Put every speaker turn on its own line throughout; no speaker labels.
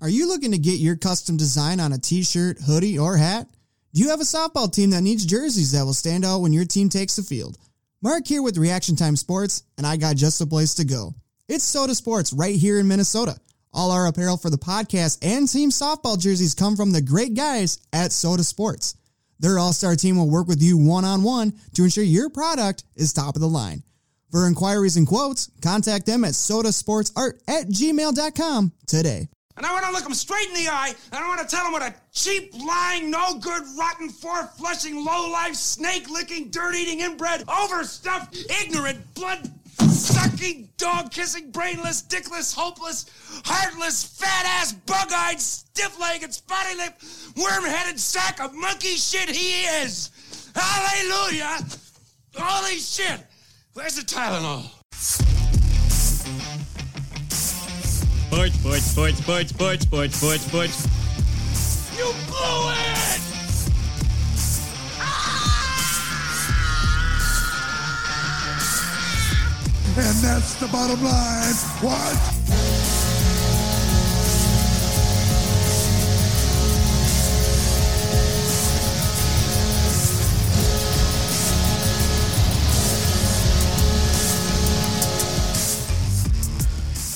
Are you looking to get your custom design on a t shirt, hoodie, or hat? Do you have a softball team that needs jerseys that will stand out when your team takes the field? Mark here with Reaction Time Sports, and I got just the place to go. It's Soda Sports right here in Minnesota. All our apparel for the podcast and team softball jerseys come from the great guys at Soda Sports. Their all star team will work with you one on one to ensure your product is top of the line. For inquiries and quotes, contact them at sodasportsart at gmail.com today.
And I want to look him straight in the eye, and I want to tell him what a cheap, lying, no good, rotten, four flushing, low life, snake licking, dirt eating, inbred, overstuffed, ignorant, blood sucking, dog kissing, brainless, dickless, hopeless, heartless, fat ass, bug eyed, stiff legged, spotty lipped, worm headed sack of monkey shit he is! Hallelujah! Holy shit! Where's the Tylenol?
Sports, sports, sports, sports, sports, sports, sports, sports.
You blew it!
And that's the bottom line. What?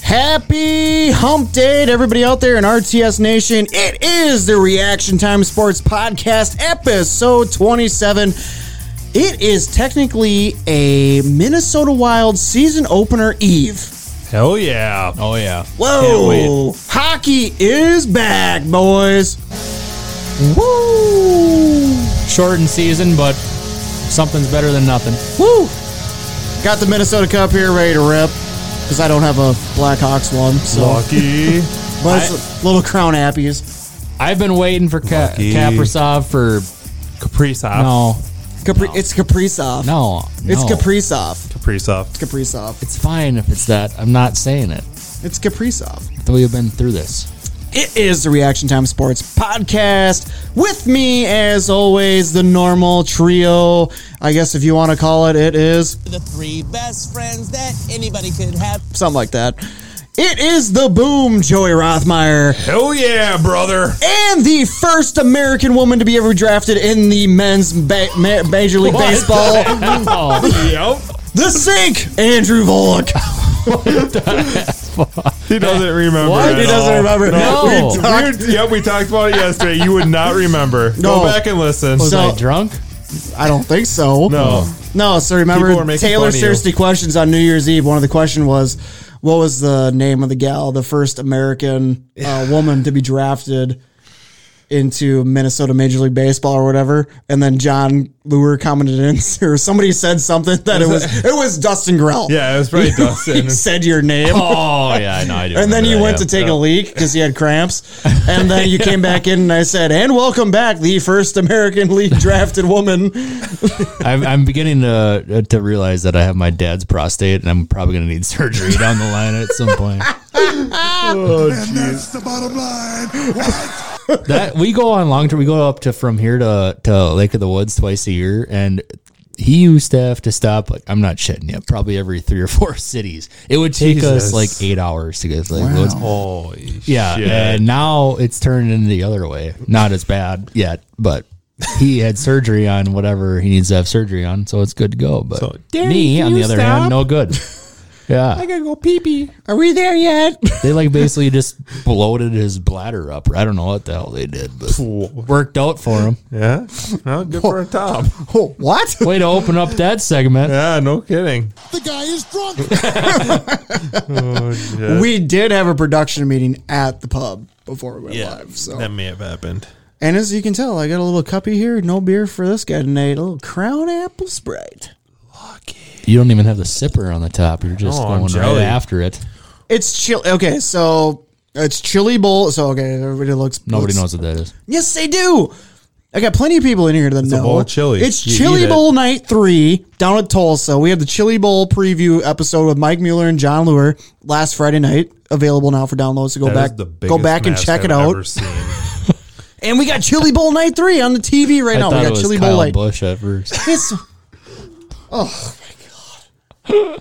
Happy hump day to everybody out there in RTS Nation. It is the Reaction Time Sports Podcast, episode 27. It is technically a Minnesota Wild season opener eve.
Hell yeah. Oh yeah.
Whoa! Hockey is back, boys. Woo!
Shortened season, but something's better than nothing.
Woo! Got the Minnesota Cup here ready to rip because I don't have a Blackhawks one. So,
Lucky.
but it's a little crown appies.
I've been waiting for Ka-
Lucky.
Kaprasov for
Kaprizov.
no,
Capri- It's Kaprizov.
no, no.
It's Kaprizov.
Kaprizov.
Kaprizov.
It's fine if it's that. I'm not saying it.
It's Kaprizov.
Though we've been through this.
It is the Reaction Time Sports Podcast. With me, as always, the normal trio. I guess if you want to call it, it is
the three best friends that anybody could have.
something like that. It is the boom, Joey Rothmeyer.
Hell yeah, brother.
and the first American woman to be ever drafted in the men's ba- ma- Major League Baseball,
Oh,
yep.
the sink, Andrew Volk.
He doesn't remember.
What?
at
He
doesn't
all.
remember.
No.
We
We talked-
talked- yep, we talked about it yesterday. You would not remember.
No.
Go back and listen.
was
So-
I drunk?
I don't think so.
no.
No, so
People were
remember
making
Taylor
fun of you.
Seriously questions on New Year's Eve. One of the question was, what was the name of the gal, the first American uh, woman to be drafted into Minnesota Major League Baseball or whatever? And then John Lure commented in, or somebody said something that it was it was Dustin Grell.
Yeah, it was probably Dustin.
he said your name.
Oh yeah, I know. I do.
And then
remember
you
that,
went
yeah.
to take a leak because you had cramps. And then you came back in and I said, and welcome back, the first American League drafted woman.
I'm, I'm beginning to to realize that I have my dad's prostate, and I'm probably gonna need surgery down the line at some point.
Oh,
And that's the bottom line. What?
that we go on long term. We go up to from here to to Lake of the Woods twice a year, and he used to have to stop. Like I'm not shitting you, probably every three or four cities. It would take
Jesus.
us like eight hours to get to Lake of the Woods.
Holy
Yeah,
shit.
and now it's turned in the other way. Not as bad yet, but he had surgery on whatever he needs to have surgery on, so it's good to go. But
So, Daddy,
me,
can
on the
you
other
stop?
hand, no good. Yeah,
gotta go pee pee.
Are we there yet?
they like basically just bloated his bladder up. or I don't know what the hell they did, but worked out for him.
Yeah. Well, good for a top.
Oh, what?
Way to open up that segment.
Yeah, no kidding.
The guy is drunk.
We did have a production meeting at the pub before we went live. So,
That may have happened.
and as you can tell, I got a little cuppy here. No beer for this guy tonight. A little Crown Apple Sprite.
You don't even have the sipper on the top. You're just
Oh, I'm
going right
jelly.
after it.
It's chill. Okay, so it's chili bowl. So okay, everybody looks.
Nobody
looks-
knows what that is.
Yes, they do. I got plenty of people in here that know.
bowl of chili.
It's
You
Chili
eat it.
Bowl Night Three down at Tulsa. We had the Chili Bowl preview episode with Mike Mueller and John Lure last Friday night. Available now for download. So go
That is
back,
the
go
biggest
back and
mask
check it
I've
out.
ever seen.
And we got Chili Bowl Night Three on the TV right
I
now.
thought
We
it
got
was
Chili
Kyle
Bowl Night.
Bush at first.
It's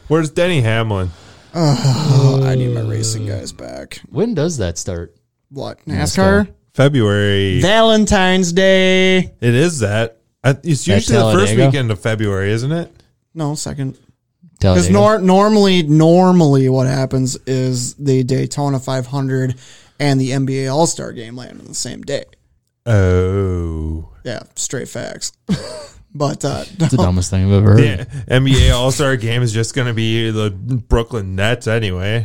Where's Denny Hamlin?
I Oh, need my racing guys back.
When does that start?
What NASCAR?
February.
Valentine's Day.
it is that. I- It's usually the first
Talladega?
weekend of February, isn't it?
No, second.
Oh,
Because
Talladega.
nor- normally, normally, what happens is the Daytona 500 and the NBA All Star Game land on the same day.
Oh.
Yeah, straight facts. but uh,
It's the dumbest thing I've ever heard.
Yeah, NBA All Star Game is just going to be the Brooklyn Nets anyway.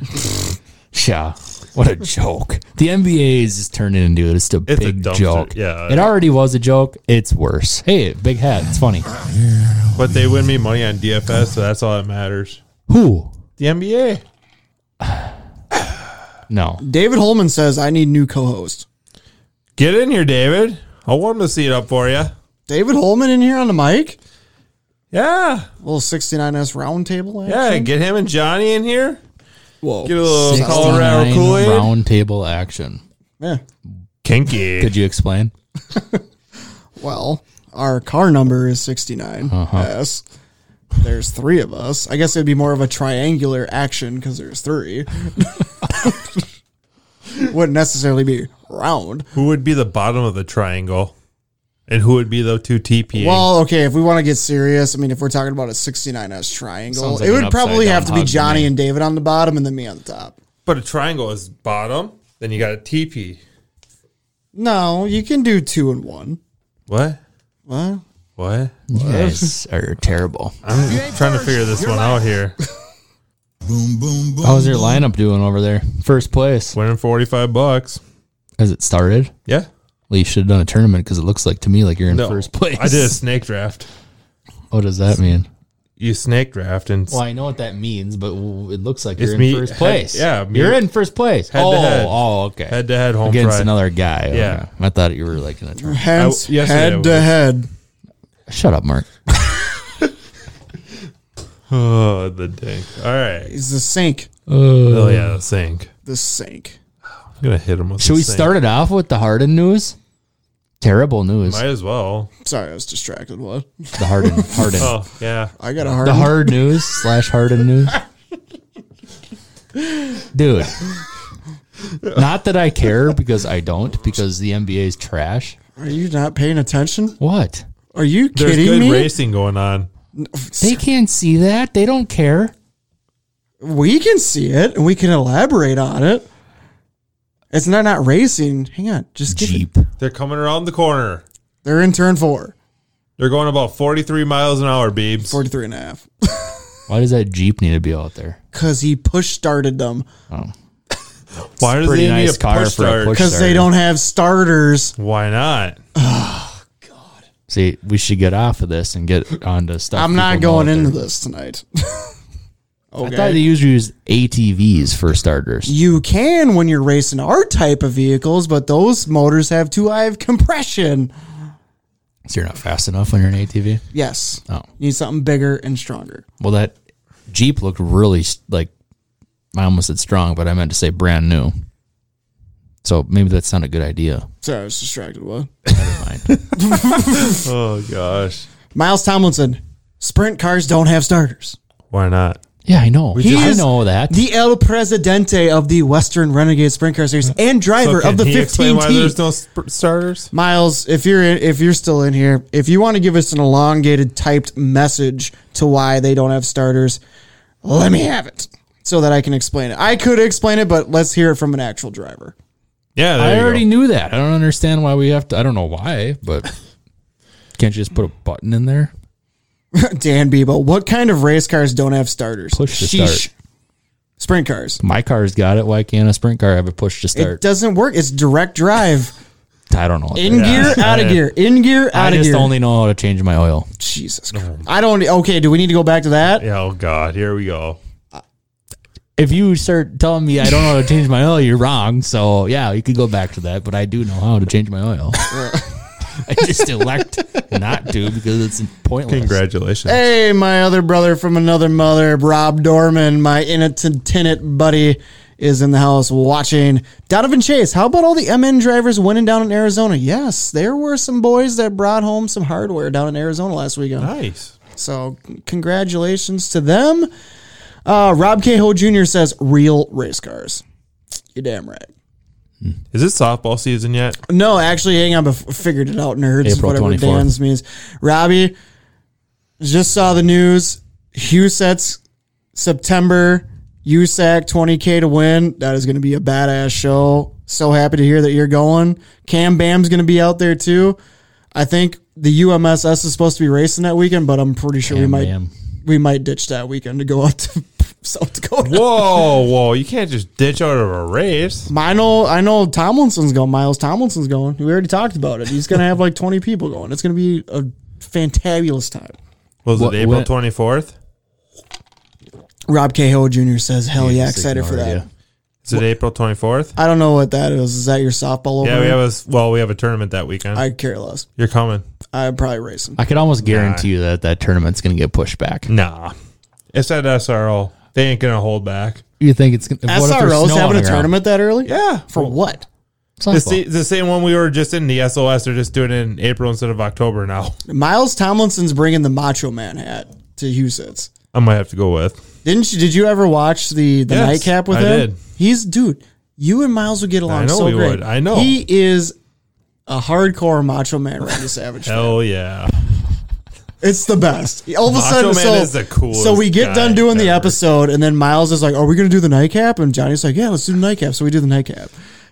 Yeah. What a joke. The NBA is just turning into it. It's a
It's a
big
dumpster,
joke.
yeah.
It already was a joke. It's worse. Hey, big hat. It's funny.
But they win me money on DFS, so that's all that matters.
Who?
The NBA.
No.
David Holman says I need new co-host.
Get in here, David. I'll warm the seat up for you.
David Holman in here on the mic.
Yeah.
little 69s roundtable.
Yeah. Get him and Johnny in here.
Whoa.
Get a little
69
Colorado Kool Aid.
round table action.
Yeah.
Kinky.
Could you explain?
Well, our car number is 69.
Uh-huh.
Yes. There's three of us. I guess it'd be more of a triangular action because there's three. Wouldn't necessarily be round.
Who would be the bottom of the triangle? And who would be the two TP?
Well, okay, if we want to get serious, I mean, if we're talking about a 69S triangle,
Sounds like
it
an
would probably
upside-down
have to be
hug to
Johnny
me.
and David on the bottom and then me on the top.
but a triangle is bottom, then you got a TP.
No, you can do two and one.
What?
What?
What?
You guys are terrible.
I'm trying to figure this one out here.
Boom, boom, boom.
How's your lineup doing over there? First place.
Winning 45 bucks.
Has it started?
Yeah.
Well, you should have done a tournament because it looks like to me like you're in
No.
first place.
I did a snake draft.
What does that mean?
You snake draft and
Well, I know what that means, but w- it looks like
It's
you're in
me-
first
head-
place.
yeah, me-
you're in first place.
Head to
oh,
head.
oh, okay.
head to head home
Against
pride.
another guy. Okay.
Yeah.
I thought you were like in a tournament.
Hence,
I- yesterday I
head to
was.
head.
Shut up, Mark.
Oh, the dink. All right.
Is the sink.
Oh, yeah, the sink.
The sink.
I'm going to hit him with
Should
the
we
sink.
start it off with the Harden news? Terrible news.
Might as well.
Sorry, I was distracted. What?
The Harden. Harden.
Oh, yeah.
I got a hard.
The hard news slash Harden news. Dude. Not that I care because I don't, because the NBA is trash.
Are you not paying attention?
What?
Are you
There's
kidding
good
me?
racing going on.
They can't see that. They don't care.
We can see it and we can elaborate on it. It's not not racing. Hang on, just get
Jeep.
They're coming around the corner.
They're in turn four,
They're going about 43 miles an hour, Beebs.
43 and a half.
Why does that Jeep need to be out there?
Because he push started them.
Why does
pretty
they need
nice
a
car
push
for a
start?
push-
Because they
Started.
don't have starters.
Why not?
See, we should get off of this and get on to stuff.
I'm not
people know
going
out
into
there.
this tonight.
I thought they
okay.
usually use ATVs for starters.
You can when you're racing our type of vehicles, but those motors have too high of compression.
So you're not fast enough when you're an ATV.
Yes.
Oh.
You need something bigger and stronger.
Well, that Jeep looked really s- like I almost said strong, but I meant to say brand new. So maybe that's not a good idea.
Sorry, I was distracted. What?
Never mind.
Oh, gosh.
Miles Tomlinson, sprint cars don't have starters.
Why not?
yeah, I know.
He
I
is
know that.
The El Presidente of the Western Renegade Sprint Car Series and driver
can
of the
he explain
15
why
team.
there's no sp- starters?
Miles, if you're in, if you're still in here, if you want to give us an elongated typed message to why they don't have starters, let me have it so that I can explain it. I could explain it, but let's hear it from an actual driver.
Yeah, there
I
you go.
already knew that. I don't understand why we have to. I don't know why, but can't you just put a button in there?
Dan Bebo, what kind of race cars don't have starters?
Push to start.
Sprint cars.
My car's got it. Why can't a sprint car have a push to
It
start?
doesn't work. It's direct drive.
I don't know. what
In
that-
gear, out of gear. In gear,
I
out of
just
gear.
only Oh know how to change my oil.
Jesus Christ. I don't. Okay, do we need to go back to that?
Yeah, oh, God. Here we go.
if you start telling me I don't know how to change my oil, you're wrong. So yeah, you could go back to that, but I do know how to change my oil. I just elect not to because it's pointless.
Congratulations.
Eh.
Hey, my other brother from another mother, Rob Dorman, my innocent tenant buddy, is in the house watching. Donovan Chase, how about all the MN drivers winning down in Arizona? Yes, there were some boys that brought home some hardware down in Arizona last weekend.
Nice.
So, c- congratulations to them. Uh, Rob Cahoe Jr. says, real race cars. You're damn right.
Is it softball season yet?
No, actually, hang on. Bef- figured it out, nerds. is
April
whatever
24th.
Dan's means. Robbie just saw the news. Husets September USAC 20k to win. That is going to be a badass show. So happy to hear that you're going. Cam Bam's going to be out there too. I think the UMSS is supposed to be racing that weekend, but I'm pretty sure we
Cam
might
Bam.
we might ditch that weekend to go out to South Dakota.
Whoa, whoa! You can't just ditch out of a race.
I know, I know. Tomlinson's going. Miles Tomlinson's going. We already talked about it. He's gonna have like twenty people going. It's gonna be a fantabulous time.
Was
What-
it April
what-
twenty fourth?
Rob Cahill Jr. says, "Hell yeah,
just
excited for
ignored
that."
you.
Is it April twenty fourth?
I don't know what that is. Is that your softball?
Yeah,
opener?
we have a s- well, we have a tournament that weekend.
I care less.
You're coming?
I'm probably racing.
I could almost guarantee you that that tournament's going to get pushed back.
Nah, it's at SRO. They ain't gonna hold back.
You think it's going to
SRO's having a tournament that early?
Yeah,
For what?
the, sa- the same one we were just in the SOS. They're just doing it in April instead of October now.
Miles Tomlinson's bringing the Macho Man hat to Husets.
I might have to go with.
Didn't you? Did you ever watch the the
Yes,
nightcap with
I
him?
did.
He's dude. You and Miles would get along
I know
so
we
great.
would. I know.
he is a hardcore Macho Man Randy Savage. fan.
Hell yeah!
It's the best. All of a
Macho
sudden,
Man
so,
is the coolest
so we get
guy
done doing the
ever.
episode, and then Miles is like, "Are we going to do the nightcap?" And Johnny's like, "Yeah, let's do the nightcap." So we do the nightcap,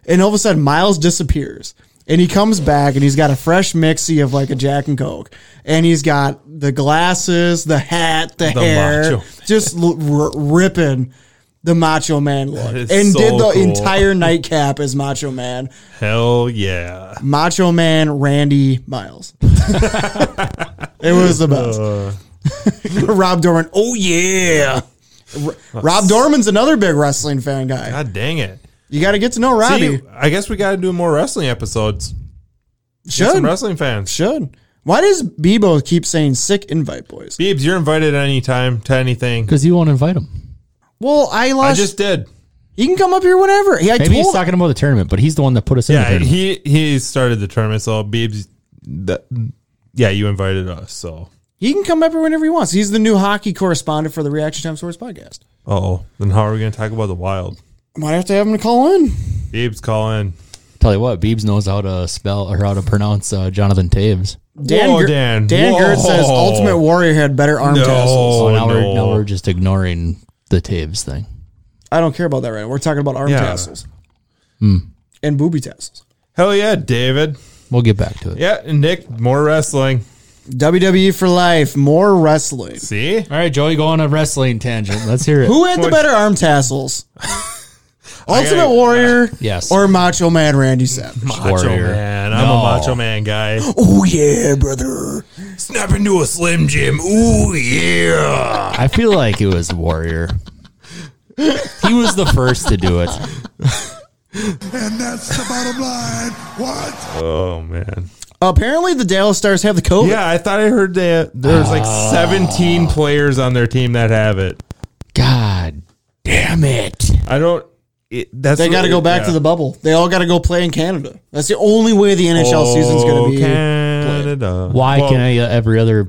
and all of a sudden, Miles disappears, and he comes back, and he's got a fresh mixie of like a Jack and Coke, and he's got the glasses, the hat, the,
The
hair,
Macho Man.
just l- r- ripping. The Macho Man look, and
is
did
so
the
cool.
entire nightcap as Macho Man,
Hell yeah!
Macho Man Randy Miles. it was the best.
Uh.
Rob Dorman. Oh yeah. R- Rob Dorman's another big wrestling fan guy.
God dang it!
You got to get to know Robbie.
See, I guess we got to do more wrestling episodes. Get
should
some wrestling fans.
should. Why does Bebo keep saying sick invite boys?
Beebs, you're invited anytime to anything.
Because you won't invite him.
Well, I
I
lost.
just did.
he can come up here whenever. He, I
Maybe he's
told.
talking about the tournament, but he's the one that put us in the
Yeah,
tournament.
he he started the tournament, so Beebs, that, yeah, you invited us, so.
he can come up here whenever he wants. He's the new hockey correspondent for the Reaction Time Sports podcast.
Oh, then how are we going to talk about the wild?
Might have to have him call in.
Beebs, call in.
Tell you what, Beebs knows how to spell or how to pronounce uh, Jonathan Taves.
Dan
Whoa,
Gert-
Dan.
Dan Gert says
Whoa.
Ultimate Warrior had better arm
No.
tassels.
So
Oh,
now,
no.
we're, now we're just ignoring the Taves thing.
I don't care about that right now. We're talking about arm
Yeah.
tassels Hmm. and booby tassels.
Hell yeah, David.
We'll get back to it.
Yeah, and Nick, more wrestling.
WWE E for life. More wrestling.
See?
All right, Joey, go on a wrestling tangent. Let's hear it.
Who had the
What-
better arm tassels? Ultimate
gotta-
Warrior
Yes.
or Macho Man Randy Savage?
Macho
Warrior.
man. I'm a
No.
macho man guy.
oh, yeah, brother.
Snap into a Slim Jim. Ooh, yeah.
I feel like it was Warrior. he was the first to do it.
And that's the bottom line. What?
Oh, man.
Apparently, the Dallas Stars have the COVID.
Yeah, I thought I heard that there's like 17 players on their team that have it.
God damn it.
I don't. It, that's
They got to go back
yeah.
to the bubble. They all got to go play in Canada. That's the only way the NHL
Oh,
season's going to be.
Canada.
Why
Well,
can I, uh, every other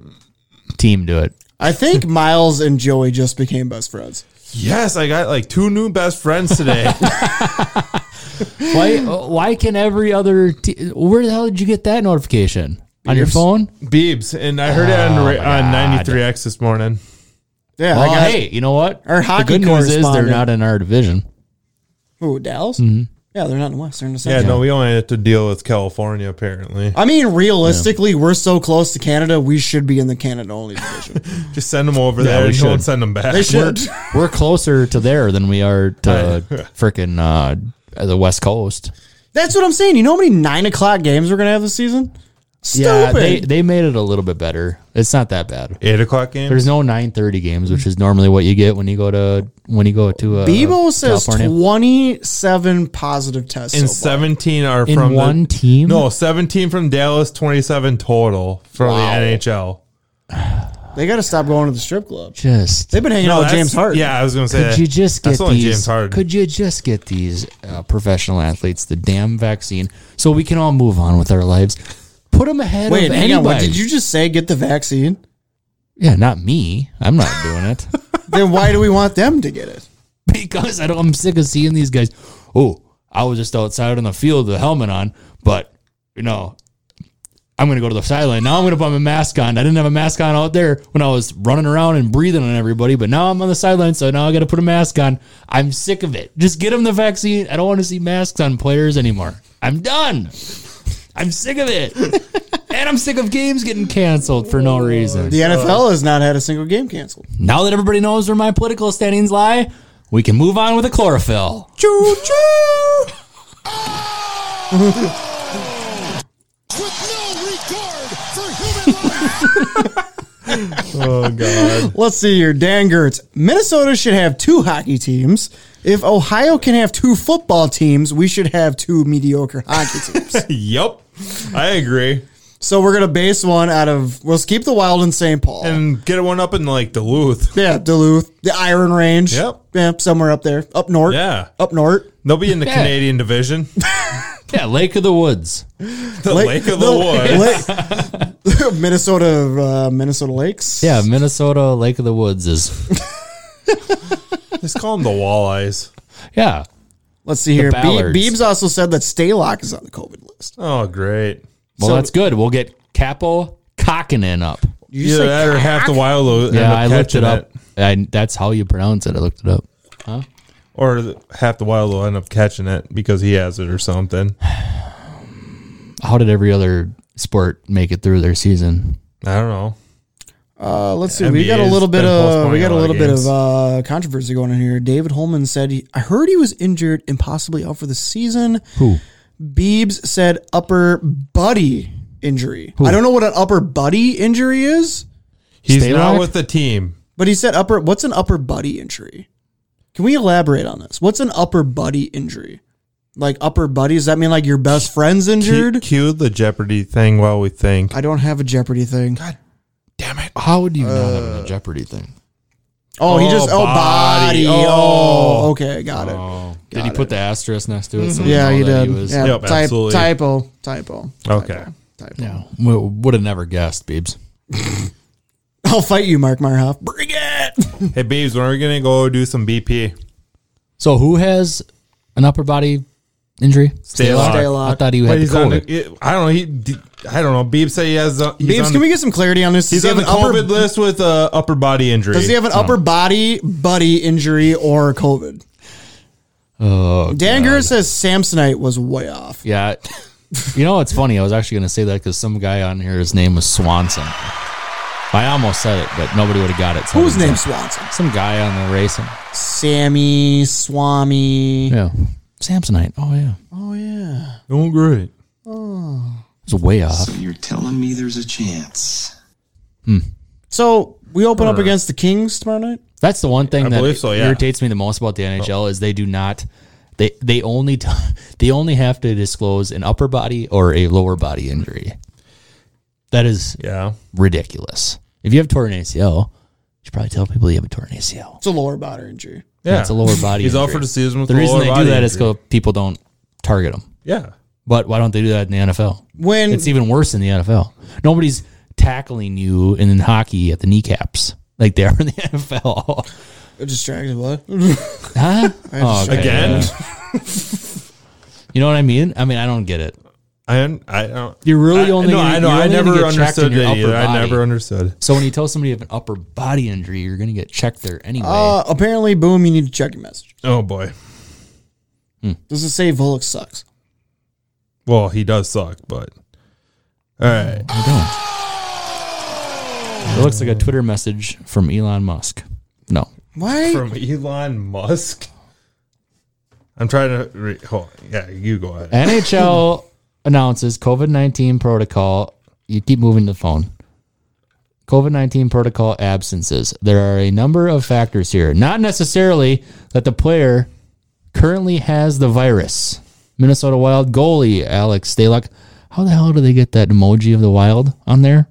team do it?
I think Miles and Joey just became best friends.
Yes, I got like two new best friends today.
Why uh, why can every other te- where the hell did you get that notification? On your phone?
Beebs, and I heard it
Oh
on, ra- on 93X this morning.
Yeah, I
Well,
got,
Oh, hey, you know what?
Our hockey
the good news is they're
correspondent.
not in our division.
Ooh, Dallas? Yeah, they're not in the West. They're in the
Yeah,
Central.
no, we only have to deal with California apparently.
I mean, realistically, we're so close to Canada, we should be in the Canada only division.
Just send them over
we
there and don't
should.
send them back.
They should.
We're closer to there than we are to freaking uh, the West Coast.
That's what I'm saying. You know how many nine o'clock games we're gonna have this season? Stupid.
they they made it a little bit better. It's not that bad.
Eight o'clock game.
There's no 9:30 games, which is normally what you get when you go to when you go to uh,
Bebo says
California.
27 positive tests.
and
so far.
seventeen are
In
from the-
one team?
No, seventeen from Dallas, twenty-seven total from
Wow.
the NHL.
They got to stop going to the strip club.
just
They've been hanging out with
that's-
James Harden.
Yeah, I was gonna say.
could
that.
you just get
Eh, That's only
these?
James Harden.
Could you just get these uh, professional athletes the damn vaccine so we can all move on with our lives? Put them ahead
Wait,
of
hang
anybody.
on. What, did you just say? Get the vaccine.
yeah, not me. I'm not doing it
then why do we want them to get it?
because I don't, I'm sick of seeing these guys. Oh, I was just outside on the field with a helmet on, but you know, I'm gonna go to the sideline. Now I'm gonna put my mask on. I didn't have a mask on out there when I was running around and breathing on everybody, but now I'm on the sideline, so now I gotta put a mask on. I'm sick of it. Just get them the vaccine. I don't want to see masks on players anymore. I'm done. I'm sick of it. and I'm sick of games getting canceled for no reason.
The NFL
Uh,
has not had a single game canceled.
Now that everybody knows where my political standings lie, we can move on with the chlorophyll.
Choo choo!
Oh god.
Let's see here. Dan Gertz. Minnesota should have two hockey teams. If Ohio can have two football teams, we should have two mediocre hockey teams.
yep. I agree.
so we're going to base one out of, let's keep the Wild in St. Paul.
And get one up in like Duluth.
yeah, Duluth, the Iron Range.
Yep.
Yeah, somewhere up there. Up north.
Yeah.
Up north.
They'll be in the
Yeah.
Canadian division.
Yeah, Lake of the Woods.
The Lake, of the, Woods.
Lake- Minnesota, uh, Minnesota Lakes.
Yeah, Minnesota Lake of the Woods is
Just call them the Walleyes.
yeah.
Let's see here. Be-
Ballards.
Beebs also said that Staylock is on the COVID list.
Oh great.
Well,
So-
that's good. We'll get Capo Kakinen up.
You
Either that or half the wild will end
Yeah,
up
I looked
catching
it up. I, that's how you pronounce it. I looked it up.
Or th- half the wild will end up catching it because he has it or something.
How did every other sport make it through their season?
I don't know.
Uh, let's see. we got a
NBA's
little bit
been
of
postponing
we got
a
a
lot of
little bit of
games.
uh, controversy going on here. David Holman said he, I heard he was injured and possibly out for the season.
Who?
Beebs said upper body injury. I don't know what an upper body injury is,
He's
Stay
not
locked?
with the team.
but he said upper. What's an upper body injury? Can we elaborate on this? What's an upper body injury? Like upper body? Does that mean like your best friend's
Cu-
injured?
Cue the Jeopardy thing while we think.
I don't have a Jeopardy thing.
Damn it! How would you not have the Jeopardy thing?
Oh, he
Oh,
just oh body.
body.
Oh, okay, got it.
Did he put the asterisk next to it? So we
Yeah,
know
he
that
did.
was-
yeah,
Yep,
type,
absolutely.
typo, typo.
Okay.
Typo.
Yeah, we would have never guessed, Biebs.
I'll fight you, Mark Meyerhoff. Bring it.
Hey, Beebs, when are we going to go do some BP?
So who has an upper body injury?
Staylock.
I thought he
But
had the
he's on
COVID.
the, I don't know. He, d- I don't know. Beebs said he has. A, he's
Beebs,
on
can
the,
we get some clarity on this?
He's
Does he
on
have
the
an upper?
COVID list with a upper body injury.
Does he have an upper body buddy injury or COVID?
Oh,
Dan Gurr says Samsonite was way off.
yeah. you know what's funny? I was actually going to say that because some guy on here, his name was Swanson. I almost said it, but nobody would have got it. So I
Who's
didn't
named
say
Swanson?
it. Some guy on the racing.
Sammy Swami.
Yeah. Samsonite. Oh yeah.
Oh yeah.
Oh, great.
It's way off.
You're telling me there's a chance.
So we open up against the Kings tomorrow night.
That's the one thing
I
that
believe so, yeah.
irritates me the most about the NHL is they do not they they only t- they only have to disclose an upper body or a lower body injury. That is
Yeah.
ridiculous. If you have torn ACL, you should probably tell people you have a torn ACL.
It's a lower body injury.
Yeah.
That's a lower body.
He's
injury.
out for the season with
The
a
reason
lower
they do
body
that is
injury.
because people don't target them.
Yeah.
But why don't they do that in the NFL?
When
It's even worse in the NFL. Nobody's tackling you in hockey at the kneecaps like they are in the NFL.
distracted what?
Huh? Oh, okay.
Again?
You know what I mean? I mean, I don't get it.
I, I don't.
You're really
I,
only
no,
gonna-
I know.
you're
I
only gonna
never
get checked in
understood
your
that
upper
either. I
body.
never understood.
So when you tell somebody you have an upper body injury, you're going to get checked there anyway.
Uh, apparently, boom. You need to check your message.
Oh, boy.
Does it say Volk sucks?
Well, he does suck, but. All right.
I don't. It looks like a Twitter message from Elon Musk. No.
Why?
From Elon Musk? I'm trying to. Re- hold on. Yeah, you go ahead.
NHL announces COVID 19 protocol. You keep moving the phone. COVID 19 protocol absences. There are a number of factors here. Not necessarily that the player currently has the virus. Minnesota Wild goalie Alex Stalock. How the hell do they get that emoji of the wild on there?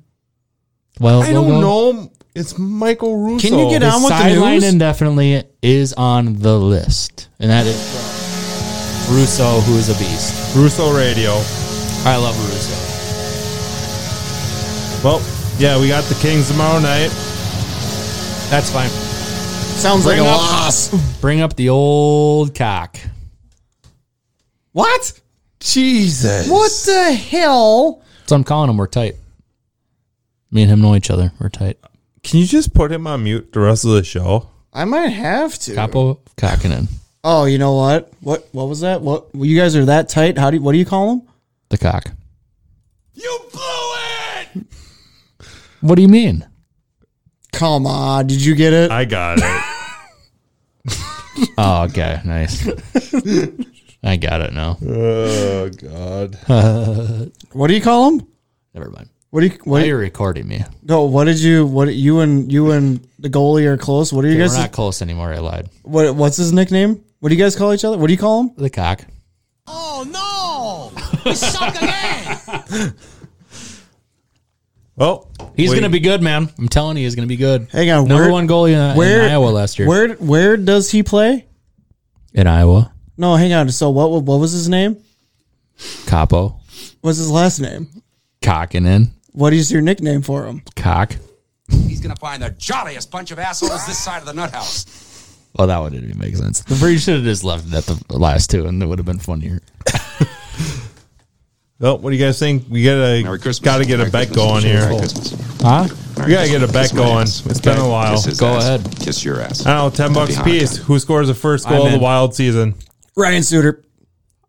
Wild
I don't
logo?
know. It's Michael Russo.
Can you get
His
on with the
sideline
news?
indefinitely is on the list, and that is Russo, who is a beast.
Russo Radio?
I love Russo.
Well, yeah, we got the Kings tomorrow night.
That's fine.
Sounds like a
Bring up-
loss.
Bring up the old cock.
What?
Jesus.
What the hell?
So I'm calling him. We're tight. Me and him know each other. We're tight.
Can you just put him on mute the rest of the show?
I might have to.
Capo Kakinen,
Oh, you know what? What? What was that? What? well, you guys are that tight? How do? You, what do you call them?
the cock.
You blew it!
What do you mean?
Come on, did you get it?
I got it.
Oh, okay, nice. I got it now.
oh God.
what do you call them?
Never mind.
What do you?
Now
What?
you're recording me.
No, what did you? What you and you and the goalie are close? What are you
We're
guys?
not close anymore. I lied.
What? What's his nickname? What do you guys call each other? What do you call him?
The cock.
Oh no! We suck again!
Well,
He's
wait.
gonna be good, man. I'm telling you, he's gonna be good.
Hang on,
Number
where-
one goalie in, in
where-
Iowa last year.
Where? Where does he play?
in Iowa,
No, hang on. So what? What was his name?
Capo
What's his last name?
Kakinen,
What is your nickname for him?
cock.
He's gonna find the jolliest bunch of assholes this side of the nut house.
Well, that one didn't even make sense. The Brady should have just left it at the last two, and it would have been funnier.
Well, Oh, what do you guys think? We gotta
Merry Christmas.
gotta get a
Merry
bet
Christmas.
going here.
Merry Christmas.
Huh?
We gotta get a bet
Kiss my
going.
ass.
It's been a while.
Kiss his
Go
ass.
ahead.
Kiss your ass.
I don't know, Oh, ten bucks a
Behind.
piece. Who scores the first
I'm
goal of the
in.
wild season?
Ryan Suter.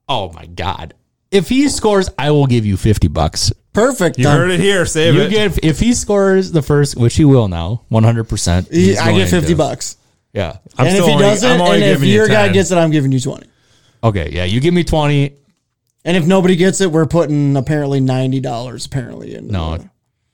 Oh my god! If he scores, I will give you fifty bucks.
Perfect.
You
Done.
heard it here. Save
You
it.
get if he scores the first, which he will now, one hundred percent.
He- I get fifty bucks.
Yeah.
I'm
and if
still
he
only-
doesn't,
I'm only
and if
giving you
your guy
10.
gets it, I'm giving you twenty.
Okay. Yeah. You give me twenty.
And if nobody gets it, we're putting apparently ninety dollars apparently in.
No.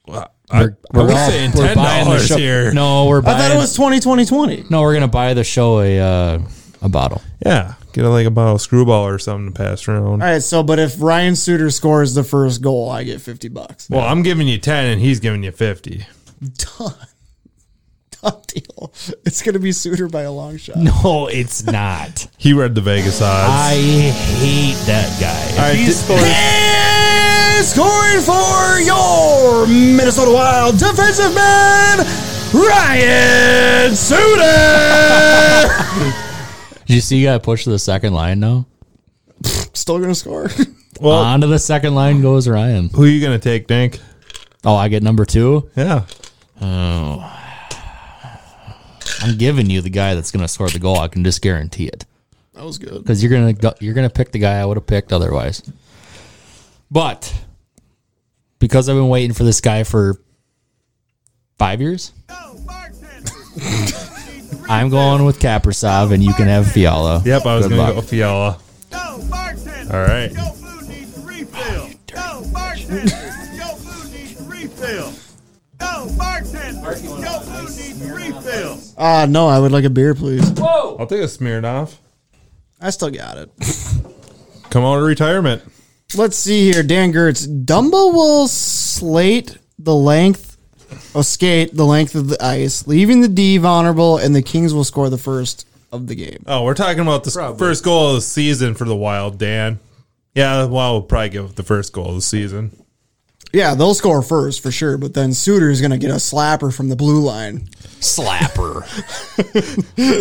I, I was
all-
saying
we're
ten
buying the
dollars
show-
here.
No, we're
I
buying.
thought it was 20, 20, 20.
no. We're gonna buy the show a uh, a bottle.
Yeah, get like a bottle of screwball or something to pass around.
All right, so but if Ryan Suter scores the first goal, I get fifty bucks.
Well, I'm giving you ten, and he's giving you fifty.
Done. Done deal. It's gonna be Suter by a long shot.
No, it's not.
He read the Vegas odds.
I hate that guy.
All right,
He
di-
scores-
And scoring for your Minnesota Wild defensive man, Ryan Suter.
Did you see you got pushed to the second line now?
Still gonna score.
well,
Onto the second line goes Ryan.
who you gonna take, Dink?
Oh, I get number two.
Yeah,
I'm giving you the guy that's going to score the goal. I can just guarantee it
That was good.
because you're going to you're going to pick the guy I would have picked otherwise. But because I've been waiting for this guy for five years, I'm going with Kaprasov, and you can have Fiala.
yep. I was
Good
gonna
luck.
go Fiala.
Yo, bartender.
All right.
Your food needs a refill. Yo, bartender. Your food needs a refill. Yo, bartender. Your food needs a refill.
Ah, no, I would like a beer, please.
I'll take a Smirnoff.
I still got it.
Come out of retirement.
Let's see here. Dan Gertz. Dumbo will slate the length or skate the length of the ice, leaving the D vulnerable, and the Kings will score the first of the game. Uh,
Oh, we're talking about the s- first goal of the season for the Wild, Dan. Yeah, the Wild will probably give up the first goal of the season.
Yeah, they'll score first for sure, but then Suter is going to get a slapper from the blue line.
Slapper.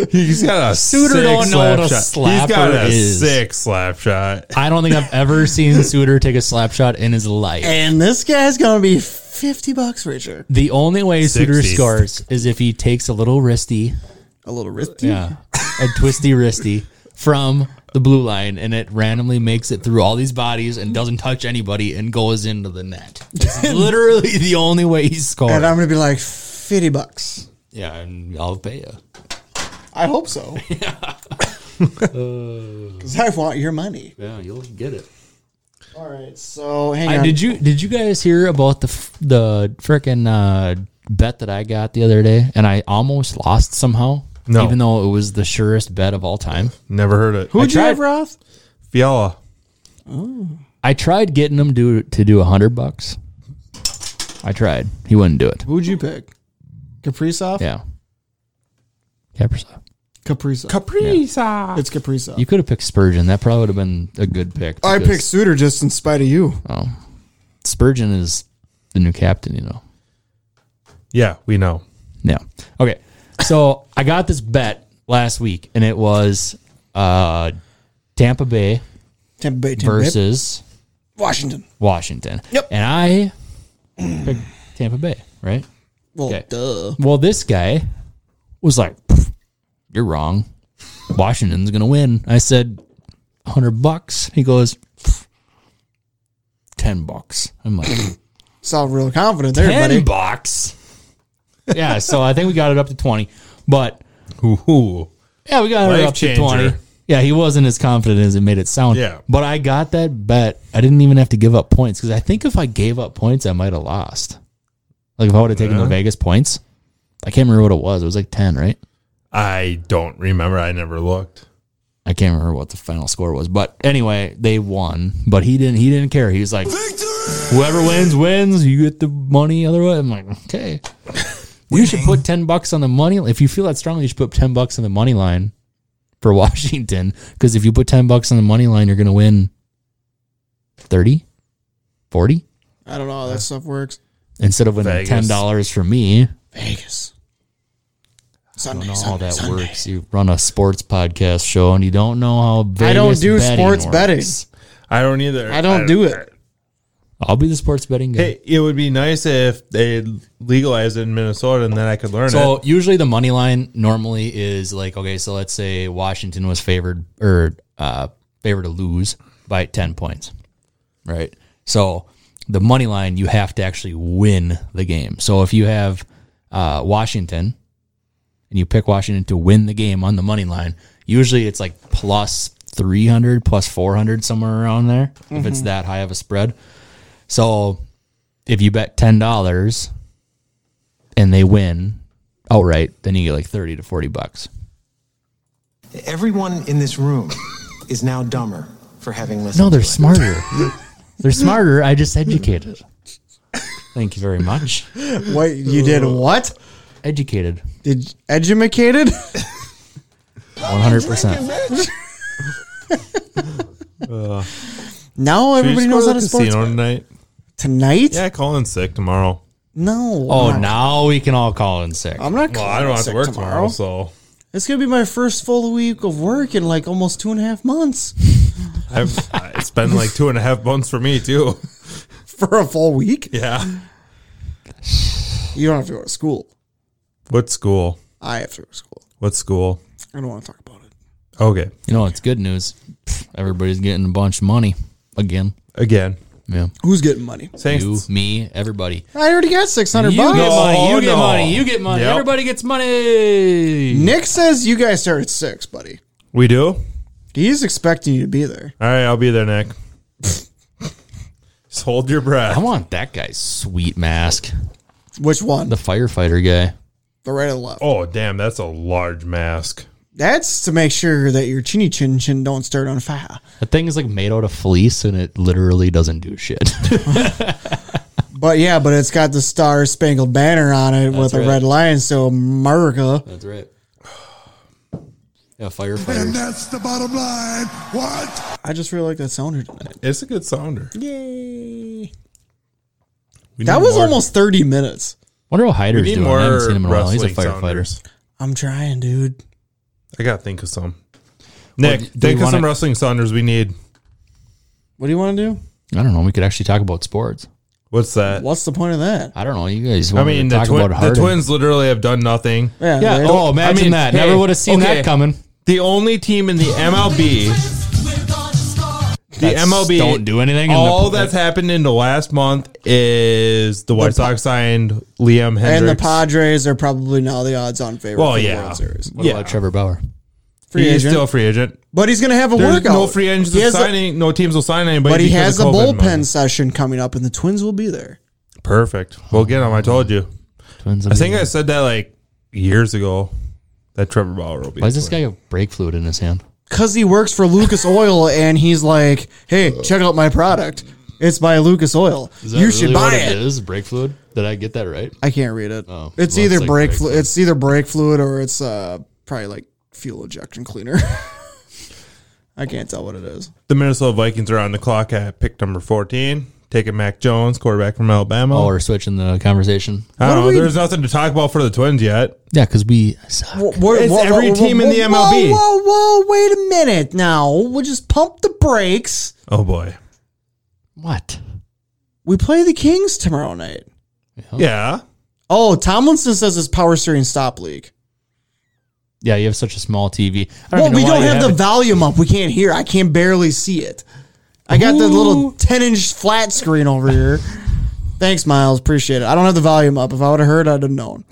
He's got a
Suter
sick
don't know
slap
what a
shot. He's got
slapper
a
is.
sick slap shot.
I don't think I've ever seen Suter take a slap shot in his life.
And this guy's going to be 50 bucks richer.
The only way Suter
60.
scores is if he takes a little wristy,
A little risky.
yeah, a twisty wristy from the blue line, and it randomly makes it through all these bodies and doesn't touch anybody and goes into the net. It's literally the only way he
And
scores.
I'm going to be like, 50 bucks.
Yeah, and I'll pay you.
I hope so. Because I want your money.
Yeah, you'll get it.
All right, so hang
I,
on.
did you did you guys hear about the f- the frickin' uh, bet that I got the other day, and I almost lost somehow?
No.
even though it was the surest bet of all time.
Never heard it.
Who'd you
tried-
have, Roth?
Fiala.
I tried getting him to to do a hundred bucks. I tried. He wouldn't do it.
Who'd you pick? Kaprizov?
Yeah. Kaprizov.
Kaprizov. Kaprizov. It's Kaprizov.
You could have picked Spurgeon. That probably would have been a good pick.
I
because
picked Suter just in spite of you.
Spurgeon is the new captain, you know.
Yeah, we know.
Yeah. Okay. So I got this bet last week, and it was uh, Tampa Bay
Tampa Bay, Tampa Bay.
versus
Washington.
Washington.
Yep.
And I picked Tampa Bay, right?
Well,
Okay.
duh.
Well, this guy was like, "Pff, "You're wrong. Washington's gonna win." I said, hundred bucks." He goes, "Pff, 10 bucks." I'm like,
Sound real confident there,
10
buddy.
bucks. yeah, so I think we got it up to 20. But
Ooh.
yeah, we got it
Life
up
changer.
to 20. Yeah, he wasn't as confident as it made it sound.
Yeah.
But I got that bet. I didn't even have to give up points because I think if I gave up points, I might have lost. Like if I would have taken the Vegas points, I can't remember what it was. It was like 10, right?
I don't remember. I never looked.
I can't remember what the final score was, but anyway, they won. But he didn't. He didn't care. He was like, "Whoever wins, wins. You get the money." Otherwise, I'm like, "Okay." You should put ten bucks on the money. If you feel that strongly, you should put ten bucks on the money line for Washington. Because if you put ten bucks on the money line, you're going to win 30, 40
I don't know how that stuff works.
instead of winning
Vegas.
ten dollars from me.
Vegas.
I
Sunday,
don't know how
Sunday,
that
Sunday.
works. You run a sports podcast show, and you don't know how. Vegas
I don't do sports
works.
betting.
I don't either.
I don't do it.
I'll be the sports betting guy.
Hey, it would be nice if they legalized it in Minnesota and then I could learn
So
it.
usually the money line normally is like okay, so let's say Washington was favored or uh, favored to lose by ten points, right? So the money line you have to actually win the game. So if you have uh, Washington and you pick Washington to win the game on the money line, usually it's like plus three hundred, plus four hundred, somewhere around there. If it's that high of a spread, so if you bet ten dollars and they win outright, then you get like thirty to forty bucks.
Everyone in this room is now dumber for having listened.
No, they're
to it.
smarter. they're smarter. I just educated. Thank you very much.
Wait, you did what?
Educated,
Did educated?
one hundred percent.
now
Should we
everybody
just
knows
go
how
to
to
the
sports
casino tonight.
tonight.
Yeah, Colin's sick tomorrow.
No.
Oh, now we can all call in sick.
I'm not.
Well, I don't have to work tomorrow, so
It's gonna be my first full week of work in like almost two and a half months
I've, uh, it's been like two and a half months for me too.
for a full week.
Yeah.
You don't have to go to school.
What school?
I have to go to school.
What school?
I don't want to talk about it.
Okay.
You know, it's good news. Pfft, Everybody's getting a bunch of money again.
Again.
Yeah,
Who's getting money?
Thanks.
you, me, everybody.
I already got six hundred
You
bucks.
get money. You
No,
get
no.
money. You get money.
Yep.
Everybody gets money.
Nick says you guys start at six, buddy.
We do? All
He's expecting you to be there.
right, I'll be there, Nick. Just hold your
I
breath.
want that guy's sweet mask.
Which one?
The
The,
firefighter guy.
right or the left?
Oh, damn, that's a large mask.
That's to make sure that your chinny chin chin don't start on fire.
That thing is like made out of fleece and it literally doesn't do shit.
But yeah, but it's got the star spangled banner on it with a
right.
red lion. So America.
That's right. Yeah, firefighter.
That's the bottom line. What?
I just really like that sounder tonight.
It's a good sounder.
Yay!
We
That
need
was
more-
almost thirty minutes.
Wonder how Hyder's
we need
doing.
more
I haven't seen him in a while. He's a
wrestling
firefighter.
sounders.
I'm trying, dude.
I gotta think of some. Nick,
do
think
we
of some
wanna-
wrestling sounders we need.
What do you want to do?
I don't know. We could actually talk about sports.
What's that?
What's the point of that?
I don't know. You guys
I
want
mean,
to
the,
talk
twin,
about
the
Harden?
twins literally have done nothing.
Yeah.
they-
Oh, imagine
I mean,
that.
hey,
Never would have seen
okay.
that coming.
The only team in the MLB, the
That's-
MLB,
don't do anything in
All
the-
that's happened in the last month is the White Sox signed Liam Hendricks.
and the Padres are probably now the odds-on favorite.
Well,
for the
yeah.
World Series.
What
Yeah.
about Trevor Bauer?
Free
He's
agent.
still a free agent.
but he's going to have a
There's
workout.
no free agents
He
are
has a-
signing. no teams will sign anybody.
but he
because
has a
of COVID
bullpen
money.
session coming up, and the Twins will be there.
Perfect. We'll get him. I told you.
Twins.
I think I said that like years ago. That Trevor Bauer will be.
Why does this
a
guy
twin.
have brake fluid in his hand?
Because he works for Lucas Oil, and he's like, hey, check out my product. It's by Lucas Oil. You should buy it.
Is brake fluid? Did I get that right?
I can't read it.
Oh,
it's
well,
either
it's like
brake
brake
fluid.
fluid.
It's either brake fluid or it's uh, probably like fuel ejection cleaner. I can't tell what it is.
The Minnesota Vikings are on the clock at pick number fourteen. taking Mac Jones, quarterback from Alabama.
Oh, we're switching the conversation.
I don't know. There's nothing to talk about for the Twins yet.
Yeah, because we suck.
It's every team in the MLB.
Whoa, whoa, whoa, wait a minute now. We'll just pump the brakes.
Oh boy.
What?
We play the Kings tomorrow night.
Yeah.
Oh, Tomlinson says it's Power Steering Stop League.
Yeah, you have such a small TV. I
Well,
even know
we
why
don't
you
have the
it.
volume up. We can't hear. I can barely see it. I got the little 10 inch flat screen over here. Thanks, Miles. Appreciate it. I don't have the volume up. If I would have heard, I'd have known.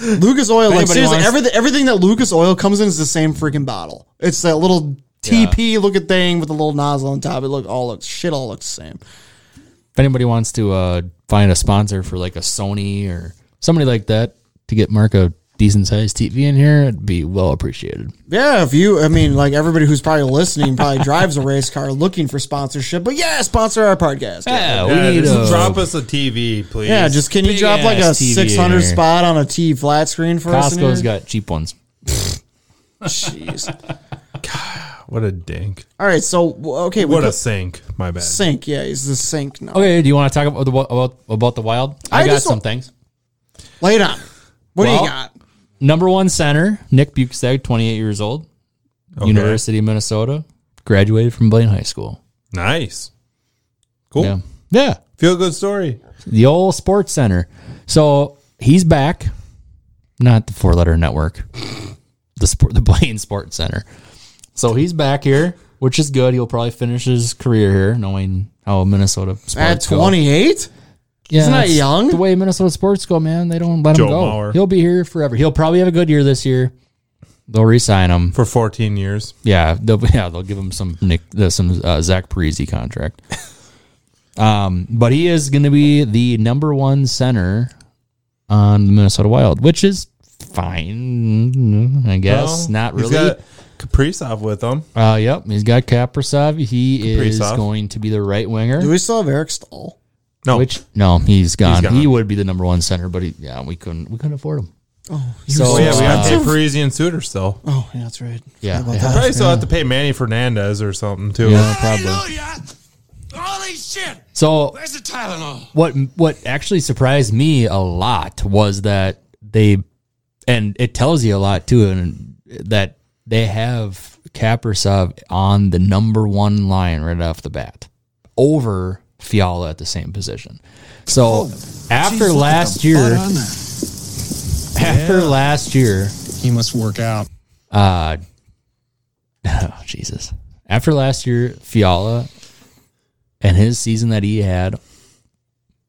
Lucas Oil, like
anybody
seriously,
wants-
everything, everything that Lucas Oil comes in is the same freaking bottle. It's that little TP looking thing with a little nozzle on top. It look all looks shit. All looks the same.
If anybody wants to uh, find a sponsor for like a Sony or somebody like that to get Mark a decent sized TV in here, it'd be well appreciated.
Yeah, if you, I mean, like everybody who's probably listening probably drives a race car looking for sponsorship. But yeah, sponsor our podcast.
Yeah,
Yeah,
we need uh,
just
a
drop us a TV, please.
Yeah, just can you
Big
drop like a
ass TV
600
in here.
spot on a T flat screen for us? in
Costco's
here?
got cheap ones.
Jeez.
what a dink.
All right, so w- okay, we
What a
put
sink. My bad.
sink. Yeah, he's the sink now.
Okay, do you want to talk about the, about about the Wild? I,
I
got
just
some
don't-
things.
lay it on. What do
Well,
you got?
Number one center Nick Bukestag, twenty eight years old,
Okay.
University of Minnesota, graduated from Blaine High School.
Nice. Cool.
Yeah, yeah.
Feel good story.
the old sports center. So he's back, not the four letter network, the sport, the Blaine Sports Center. So he's back here, which is good. He'll probably finish his career here, knowing how Minnesota sports
At
go.
28?
Yeah,
Isn't that
that's
young?
The way Minnesota sports go, man, they don't let
Joe
him go.
Mauer.
He'll be here forever. He'll probably have a good year this year. They'll re-sign him.
For 14 years.
Yeah, they'll yeah they'll give him some Nick uh, some uh, Zach Parisi contract. um, but he is going to be the number one center on the Minnesota Wild, which is fine, I guess.
Well,
Not
he's
really.
got Kaprizov with him.
uh, yep, he's got Kaprasov. He is
Kaprizov.
going to be the right
Do
winger.
we still have Eric Stahl?
No.
Which no, he's gone.
gone.
He would be the number one center, but he, yeah, we couldn't we couldn't afford him. Oh, so
oh, yeah, we got to
uh,
pay Parisian suitor still.
Oh, yeah, that's right.
yeah,
Forgot about
yeah,
Probably still have to pay Manny Fernandez or something, too.
yeah, probably.
Hallelujah! Holy shit!
So
Where's the Tylenol?
what what actually surprised me a lot was that they and it tells you a lot too and that they have Kaprasov on the number one line right off the bat over Fiala at the same position. So after last year, after last year,
He must work out.
uh, oh, Jesus. After last year, Fiala and his season that he had,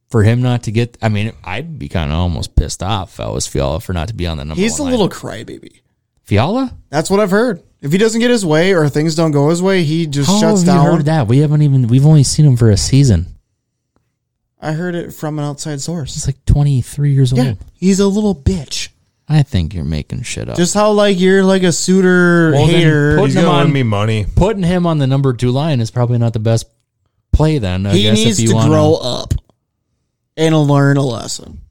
for him not to get, I mean, I'd be kind of almost pissed off if I was Fiala for not to be on the number
He's a
one line.
little crybaby.
Fiala?
That's what I've heard. If he doesn't get his way or things don't go his way, he just
How
shuts
Oh, have
down.
you heard that? We haven't even, we've only seen him for a season.
I heard it from an outside source.
He's like 23 years
Yeah,
old.
he's a little bitch.
I think you're making shit up.
Just how like you're like a suitor
Well, then
hater.
put-
He's
Putting him
going to
on-
win me money.
Putting him on the number two line is probably not the best play then. I
he
guess
needs
if you
to
wanna-
grow up and learn a lesson.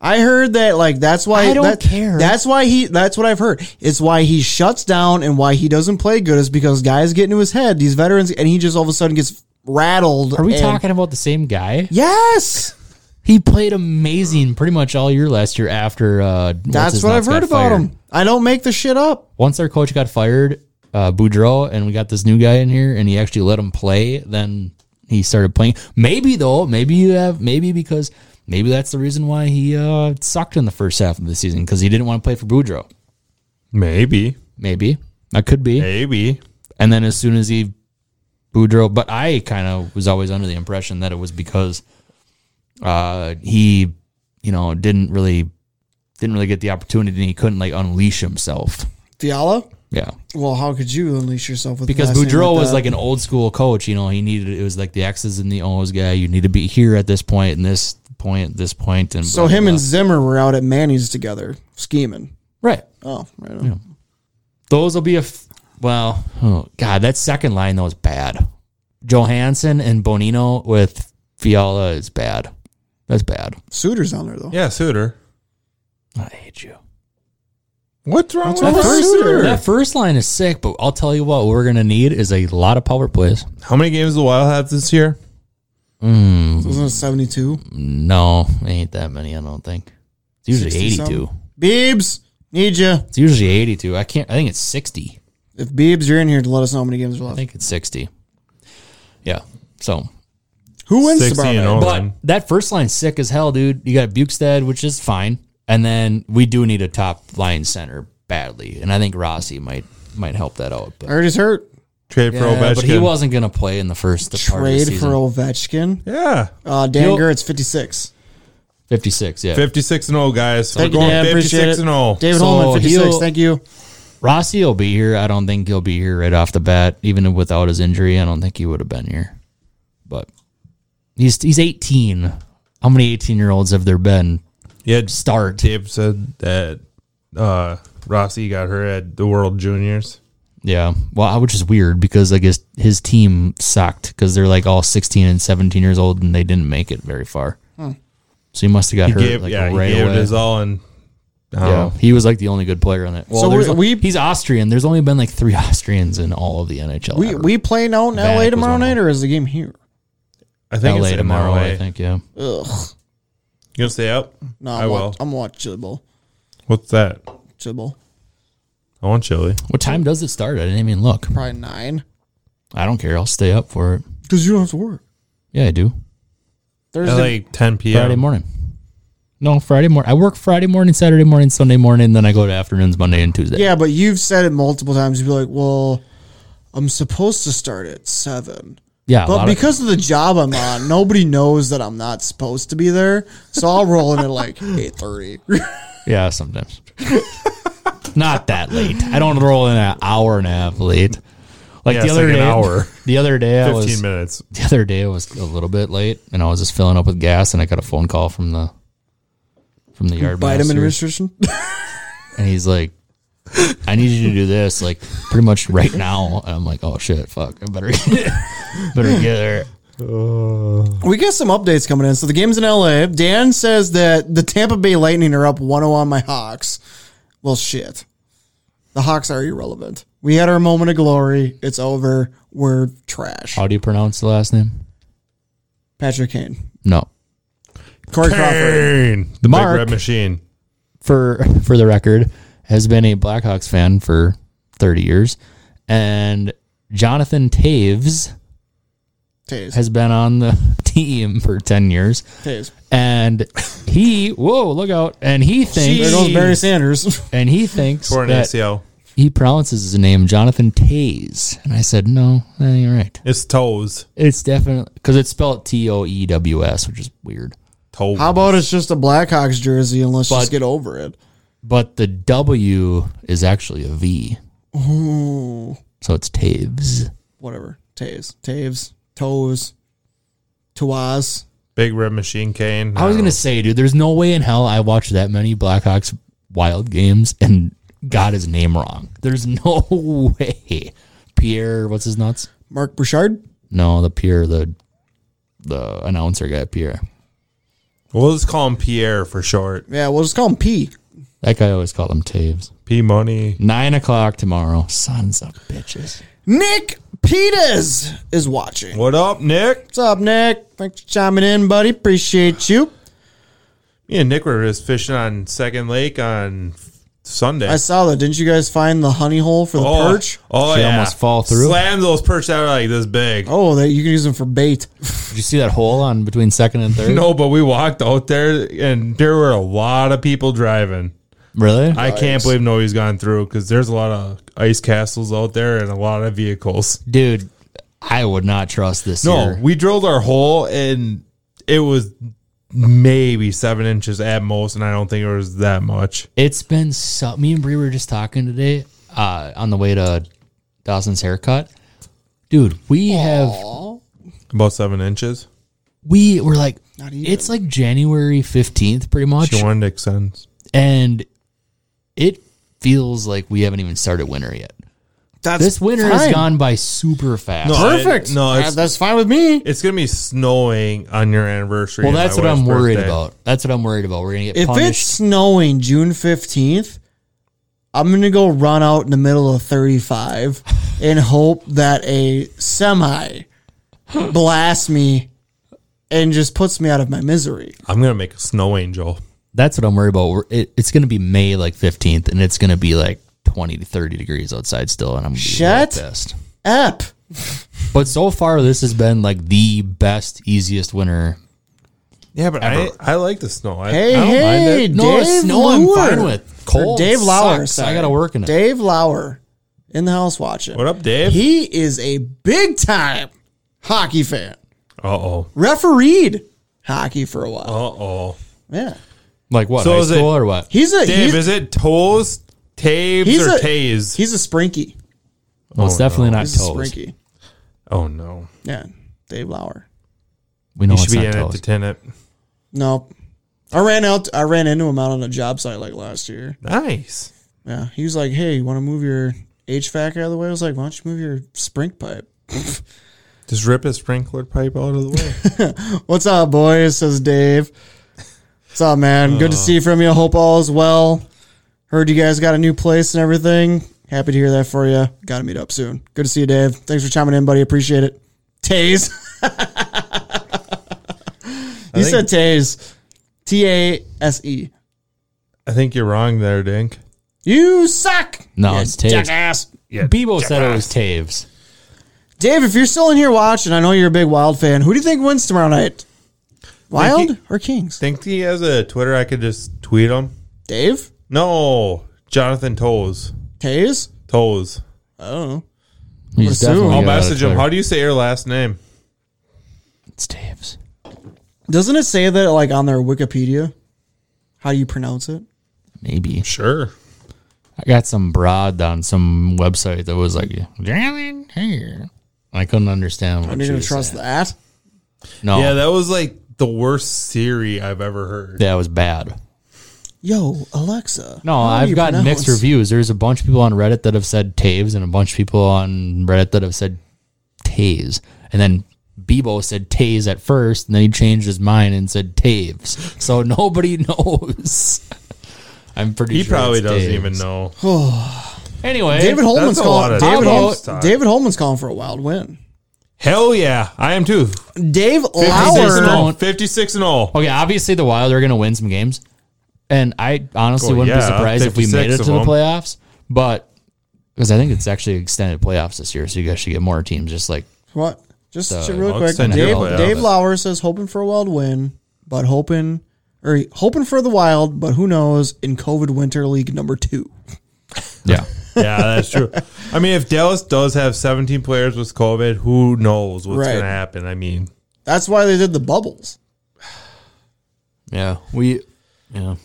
I heard that like that's why
I don't
that-
care.
That's why he. That's what I've heard. It's why he shuts down and why he doesn't play good is because guys get into his head. These veterans and he just all of a sudden gets rattled.
Are we
and-
talking about the same guy?
Yes,
He played amazing pretty much all year last year after uh
that's what I've
what's-his-nuts
heard
got
about
fired.
him. I don't make the shit up.
Once our coach got fired, uh Boudreaux, and we got this new guy in here and he actually let him play, then he started playing. Maybe though, maybe you have maybe because maybe that's the reason why he uh sucked in the first half of the season because he didn't want to play for Boudreaux.
Maybe.
Maybe. That could be.
Maybe.
And then as soon as he Boudreaux, but I kind of was always under the impression that it was because uh, he, you know, didn't really didn't really get the opportunity and he couldn't like unleash himself.
Fiala.
Yeah,
Well, how could you unleash yourself with
because
a last name
Boudreaux was
that?
like an old school coach. You know, he needed it was like the X's and the O's guy. You need to be here at this point and this point, this point, and
So
blah,
him
blah,
and Zimmer were out at Manny's together scheming.
blah. right.
Oh, right. on.
Those will be a f- well. Oh God, that second line though is bad. Johansson and Bonino with Fiala is bad. That's bad.
Suter's on there though.
Yeah, suitor.
I hate you.
What's wrong
That
with
first,
suitor?
that first line is sick, but I'll tell you what we're gonna need is a lot of power plays.
How many games the Wild have this year?
Mm.
So Isn't it 72?
No, it ain't that many. I don't think. It's usually
60 something?
eighty-two.
Biebs, need you.
It's usually eighty-two. I can't. I think it's sixty.
If Biebs, you're in here to let us know how many games are
I
left.
think it's sixty. Yeah. So,
Who wins
60
tomorrow
and
night?
all
but
them.
that first line's sick as hell, dude. You got Bukestad, which is fine, and then we do need a top line center badly, and I think Rossi might might help that out. But,
Already's hurt.
Trade for
Yeah,
Ovechkin.
but he wasn't gonna play in the first part of the
Trade for
season.
Ovechkin.
Yeah.
Uh, Dan
You'll-
Gertz, 56
Fifty-six. Yeah.
56 and 0, guys.
Thank
We're
you,
going
Dan. Appreciate
56
it.
and oh. 0.
David
So
Holman, 56.
he'll-
Thank you.
Rossi will be here. I don't think he'll be here right off the bat, even without his injury. I don't think he would have been here. But he's he's 18. How many 18 year olds have there been?
Yeah,
Start.
Dave said that uh, Rossi got her at the World Juniors.
Yeah. Well, I- which is weird because I guess his team sucked because they're like all 16 and 17 years old and they didn't make it very far.
Hmm.
So he must have got
He
hurt
gave,
like
yeah,
right
he gave
away.
it his uh, oh. all and
yeah, he was like the only good player on it. Well,
So
there's-
we- we-
he's Austrian. There's only been like three Austrians in all of the NHL.
We
ever.
we playing out in
Vanek
LA
was
tomorrow
one of
night,
them.
or is the game here?
I think
LA
it's in
tomorrow,
LA.
I think. Yeah.
Ugh.
You gonna stay up?
No,
I
I'm
will.
watch, I'm watch Chibble.
What's that?
Chibble.
I want chili.
What time does it start? I didn't even look.
Probably nine.
I don't care. I'll stay up for it.
Because you don't have to work.
Yeah, I do.
At
Thursday.
like 10 p.m.
Friday morning. No, Friday morning. I work Friday morning, Saturday morning, Sunday morning, then I go to afternoons Monday and Tuesday.
Yeah, but you've said it multiple times. You'd be like, well, I'm supposed to start at seven.
yeah. a
But
lot of-
because of the job I'm on, nobody knows that I'm not supposed to be there. So I'll roll in at like 8.30.
yeah, sometimes. Not that late. I don't roll in an hour and a half late. Like
Yeah,
the
it's
other
like an
day,
hour.
the other day I
15
was
minutes.
the other day I was a little bit late, and I was just filling up with gas, and I got a phone call from the from the yard
Vitamin
master.
restriction.
and he's like, "I need you to do this like pretty much right now." And I'm like, "Oh shit, fuck, I better better get there."
We got some updates coming in. So the game's in LA. Dan says that the Tampa Bay Lightning are up 1 0 on my Hawks. Well, shit. The Hawks are irrelevant. We had our moment of glory. It's over. We're trash.
How do you pronounce the last name?
Patrick Kane.
No,
Corey Crawford.
Kane, the
Mark.
big red machine.
for for the record, has been a Blackhawks fan for 30 years, and Jonathan Taves
Taze.
has been on the team for 10 years,
Taze.
and he whoa look out, and he
There
thinks
goes Barry Sanders.
and he thinks
Torn
that
ACL.
he pronounces his name Jonathan Taves, and I said no, that ain't right.
It's toes.
It's definitely because it's spelled T O E W S, which is weird.
Toes.
How about it's just a Blackhawks jersey and let's just
But-
get over it?
But the W is actually a V. So it's Taves.
Whatever. Taves. Taves. Toes. Tuas.
Big red machine Kane.
I was gonna say, dude, there's no way in hell I watched that many Blackhawks wild games and got his name wrong. There's no way. Pierre, what's his nuts?
Mark Bouchard.
No, the Pierre, the the announcer guy, Pierre.
We'll just call him Pierre for short.
Yeah, we'll just call him P.
That guy always called him Taves.
P Money.
Nine o'clock tomorrow. Sons of bitches.
Nick Peters is watching.
What up, Nick?
What's up, Nick? Thanks for chiming in, buddy. Appreciate you.
Me and Nick were just fishing on Second Lake on Sunday.
I saw that. Didn't you guys find the honey hole for the
oh,
perch?
Oh,
She
yeah.
almost fall through.
Slam those perch that are like this big.
Oh, that you can use them for bait.
Did you see that hole on between second and third?
No, but we walked out there and there were a lot of people driving.
Really?
I can't believe nobody's gone through because there's a lot of ice castles out there and a lot of vehicles.
Dude, I would not trust this
No,
year.
we drilled our hole and it was maybe seven inches at most, and I don't think it was that much.
It's been so. Me and Bree were just talking today uh, on the way to Dawson's haircut. Dude, we have
About seven inches.
we were like
even.
it's like January fifteenth, pretty much,
She wanted to extend.
and it feels like we haven't even started winter yet.
That's
This winter has
fine.
gone by super fast.
No,
Perfect.
I- no,
That-
it's-
that's fine with me.
It's gonna be snowing on your anniversary.
well,
and
that's
my
what I'm
wife's
worried
birthday.
about. That's what I'm worried about. We're gonna get
If it's
punished.
snowing June 15th, I'm going to go run out in the middle of 35 and hope that a semi blasts me and just puts me out of my misery.
I'm gonna make a snow angel.
That's what I'm worried about. We're- It, it's going to be May like 15th, and it's going to be like 20 to 30 degrees outside still, and I'm gonna be
Shut
real pissed.
Up.
But so far, this has been like the best, easiest winter.
Yeah, but I I like the snow. I,
Hey,
I don't mind
hey,
it.
No,
Dave
snow I'm
Lauer.
fine with.
Or
Cold
Dave Lauer.
sucks. I
sorry.
gotta work in it.
Dave Lauer in the house watching.
What up, Dave?
He is a big time hockey fan.
Uh oh.
Refereed hockey for a while.
Uh oh.
Yeah.
Like what?
So
high
is it-
school or what?
He's a
Dave,
he's,
is it toes, taves,
he's
or
a-
tays?
he's a sprinky.
Well, it's definitely not
He's a
toes.
sprinky.
Oh no.
Yeah. Dave Lauer.
We know
you
it's
should be
not
in it
toes.
to ten it.
Nope. I ran out I ran into him out on a job site like last year.
Nice.
Yeah. He was like, hey, you want to move your HVAC out of the way? I was like, why don't you move your sprink pipe?
Just rip his sprinkler pipe out of the way.
What's up, boys? Says Dave. What's up, man?
Uh.
Good to see you from you. Hope all is well. Heard you guys got a new place and everything. Happy to hear that for you. Got to meet up soon. Good to see you, Dave. Thanks for chiming in, buddy. Appreciate it. Taze. you said Taze. T A S E.
I think you're wrong there, Dink.
You suck.
No,
you
it's Taves.
Jackass.
Bebo said it was Taves.
Dave, if you're still in here watching, I know you're a big Wild fan. Who do you think wins tomorrow night? Wild or Kings?
Think he has a Twitter? I could just tweet him.
Dave?
No, Jonathan Toes.
Taze?
Toes.
I don't know.
He's
assume.
definitely
I'll
got it
message him.
clear.
How do you say your last name?
It's Taves.
Doesn't it say that like on their Wikipedia? How do you pronounce it?
Maybe.
Sure.
I got some broad on some website that was like, "Gentlemen, here. I couldn't understand what
I'm not
she
gonna
was
trust
saying.
that. Oh.
No,
Yeah,
that,
that was like the worst Siri I've ever heard.
was bad.
Yo, Alexa.
No,
how do
I've
you
gotten
pronounce-
mixed reviews. There's a bunch of people on Reddit that have said Taves and a bunch of people on Reddit that have said Taves. And then Bebo said Taves at first, and then he changed his mind and said Taves. So nobody knows. I'm pretty
He
sure
probably
it's
doesn't
Taves.
even know.
Anyway,
David Holman's
a lot of
calling. David,
David
Hol-
Holmes talk.
David Holman's calling for a wild win.
Hell yeah, I am too.
Dave
56 and
Lauer.
all. 56 and all.
Okay, obviously the Wild are going to win some games, and I honestly
Well,
wouldn't be
yeah,
surprised if we made
56
it to
of
the
them.
playoffs. But because I think it's actually extended playoffs this year, so you guys should get more teams. Just like
What? Just
Uh,
real
I'll
quick.
extend it
Dave,
all out.
Dave Lauer says hoping for a wild win, but hoping or hoping for the wild, but who knows in COVID Winter League number two.
yeah,
Yeah, that's true. I mean, if Dallas does have 17 players with COVID, who knows what's
Right.
going to happen? I mean,
That's why they did the bubbles.
yeah, we yeah.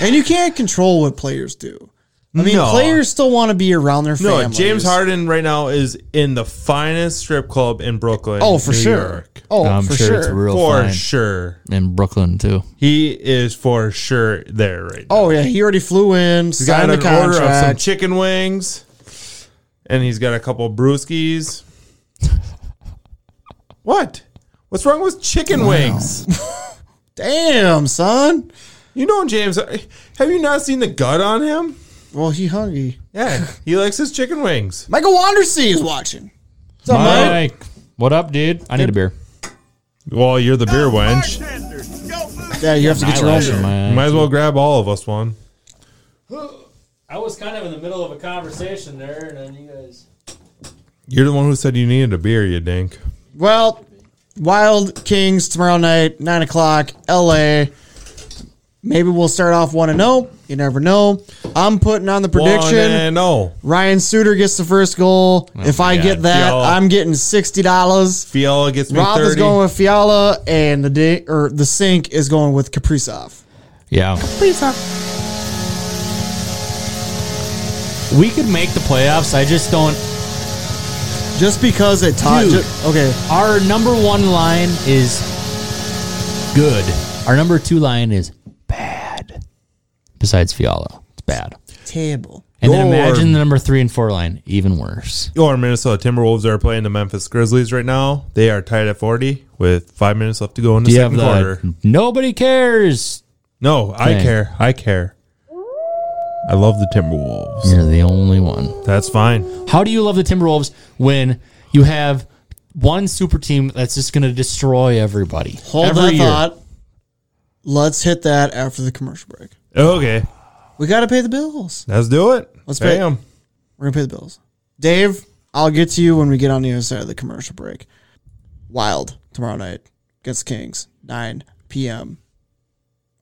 And you can't control what players do. I mean,
No.
players still want to be around their
no,
families.
James Harden right now is in the finest strip club in Brooklyn.
Oh, for
New
sure.
York.
Oh,
I'm
for
sure,
sure.
it's real
For
fine
sure.
in Brooklyn too.
He is for sure there right now.
Oh yeah, he already flew in,
He's got
signed the
an order of some
contract.
chicken wings, and he's got a couple brewskis. What? What's wrong with chicken wings?
Damn, son.
You know James. uh, Have you not seen the gut on him?
Well, he hungry.
Yeah, he likes his chicken wings.
Michael Wandersee is watching. What's up, Mike?
Mike, what up, dude? I need a beer.
Well, you're the beer wench.
Yeah, you have to get your own.
Eyelash in my
You
eye.
might as well grab all of us one.
I was kind of in the middle of a conversation there, and then you guys.
You're the one who said you needed a beer, you dink.
Well, Wild Kings tomorrow night, nine o'clock, L.A. Maybe we'll start off one and zero. You never know. I'm putting on the
One
prediction.
and oh.
Ryan Suter gets the first goal. if I
yeah,
get that,
yo.
I'm getting sixty dollars.
Fiala gets me
Rob is
thirty.
going with Fiala, and the day or the sink is going with Kaprizov.
Yeah, we could make the playoffs. I just don't.
Just because it taught.
Dude.
ju- okay,
Our number one line is good. Our number two line is bad. Besides Fiala, it's bad.
table.
And then
Your-
imagine the number three and four line, even worse.
Your Minnesota Timberwolves are playing the Memphis Grizzlies right now. They are tied at 40 with five minutes left to go in the
Do you have
second quarter.
the nobody cares?
No, I
Dang.
care. I care. I love the Timberwolves.
You're the only one.
That's fine.
How do you love the Timberwolves when you have one super team that's just going to destroy everybody.
Hold
every
that
year.
thought. Let's hit that after the commercial break.
Okay.
We got to pay the bills.
Let's do it.
Let's pay
Bam.
them. We're gonna pay the bills. Dave, I'll get to you when we get on the other side of the commercial break. Wild tomorrow night against Kings, nine p.m.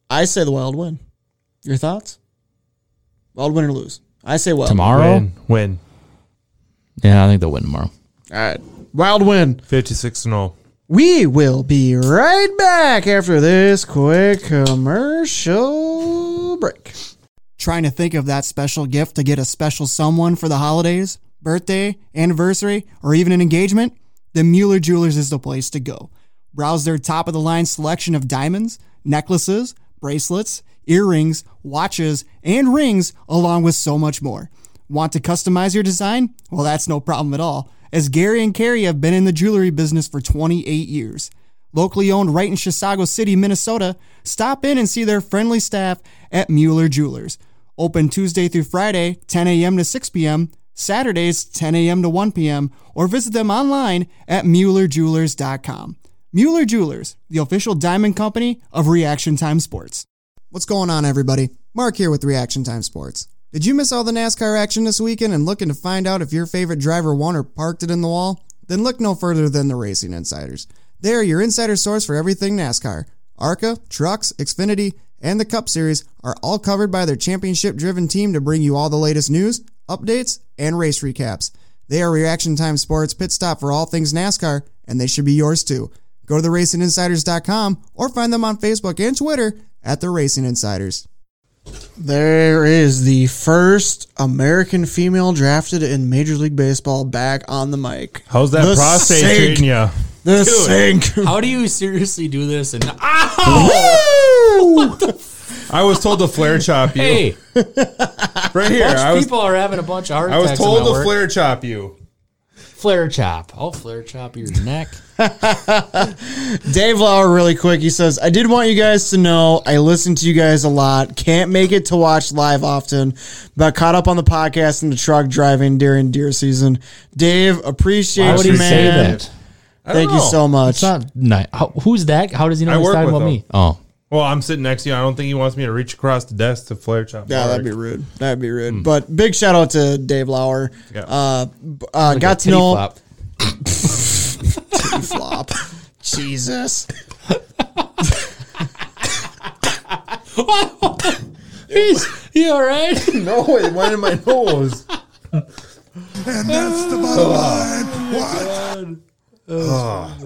I say the Wild win. Your thoughts? Wild win or lose? I say Wild
Tomorrow?
Win. win.
Yeah, I think they'll win tomorrow.
All right, Wild win.
56 and 0.
We will be right back after this quick commercial break.
Trying to think of that special gift to get a special someone for the holidays, birthday, anniversary, or even an engagement? The Mueller Jewelers is the place to go. Browse their top of the line selection of diamonds, necklaces, bracelets, earrings, watches, and rings, along with so much more. Want to customize your design? Well, that's no problem at all, as Gary and Carrie have been in the jewelry business for 28 years. Locally owned right in Chisago City, Minnesota, stop in and see their friendly staff at Mueller Jewelers. Open Tuesday through Friday, 10 a.m. to 6 p.m., Saturdays, 10 a.m. to 1 p.m., or visit them online at MuellerJewelers.com. Mueller Jewelers, the official diamond company of Reaction Time Sports. What's going on, everybody? Mark here with Reaction Time Sports. Did you miss all the NASCAR action this weekend and looking to find out if your favorite driver won or parked it in the wall? Then look no further than the Racing Insiders. They are your insider source for everything NASCAR. ARCA, Trucks, Xfinity, and the Cup Series are all covered by their championship driven team to bring you all the latest news, updates, and race recaps. They are Reaction Time Sports pit stop for all things NASCAR, and they should be yours too. Go to theracinginsiders.com or find them on Facebook and Twitter at The Racing Insiders.
There is the first American female drafted in Major League Baseball back on the mic.
How's that
The
prostate
sink.
treating you?
The sink.
How do you seriously do this? And
I was told to flare chop you.
hey,
right here. I was
people are having a bunch of heart
I was
attacks.
told
at
to
work.
flare chop you.
flare chop. I'll flare chop your neck.
Dave Lauer, really quick, he says, I did want you guys to know I listen to you guys a lot. Can't make it to watch live often, but caught up on the podcast in the truck driving during deer season. Dave, appreciate
Why would
you,
he
man.
say that?
I don't
Thank you
know.
so much.
It's not nice. How, who's that? How does he know
I
he's
work
talking
with
about me? Oh,
Well, I'm sitting next to you. I don't think he wants me to reach across the desk to flare chop.
Yeah, that'd be rude. That'd be rude.
Hmm.
But big shout out to Dave Lauer.
Yeah.
Uh, b- uh, got to
Titty
know
flop.
flop. Jesus.
He's, you all right?
No, it went in my nose.
And that's the bottom line. What?
Oh.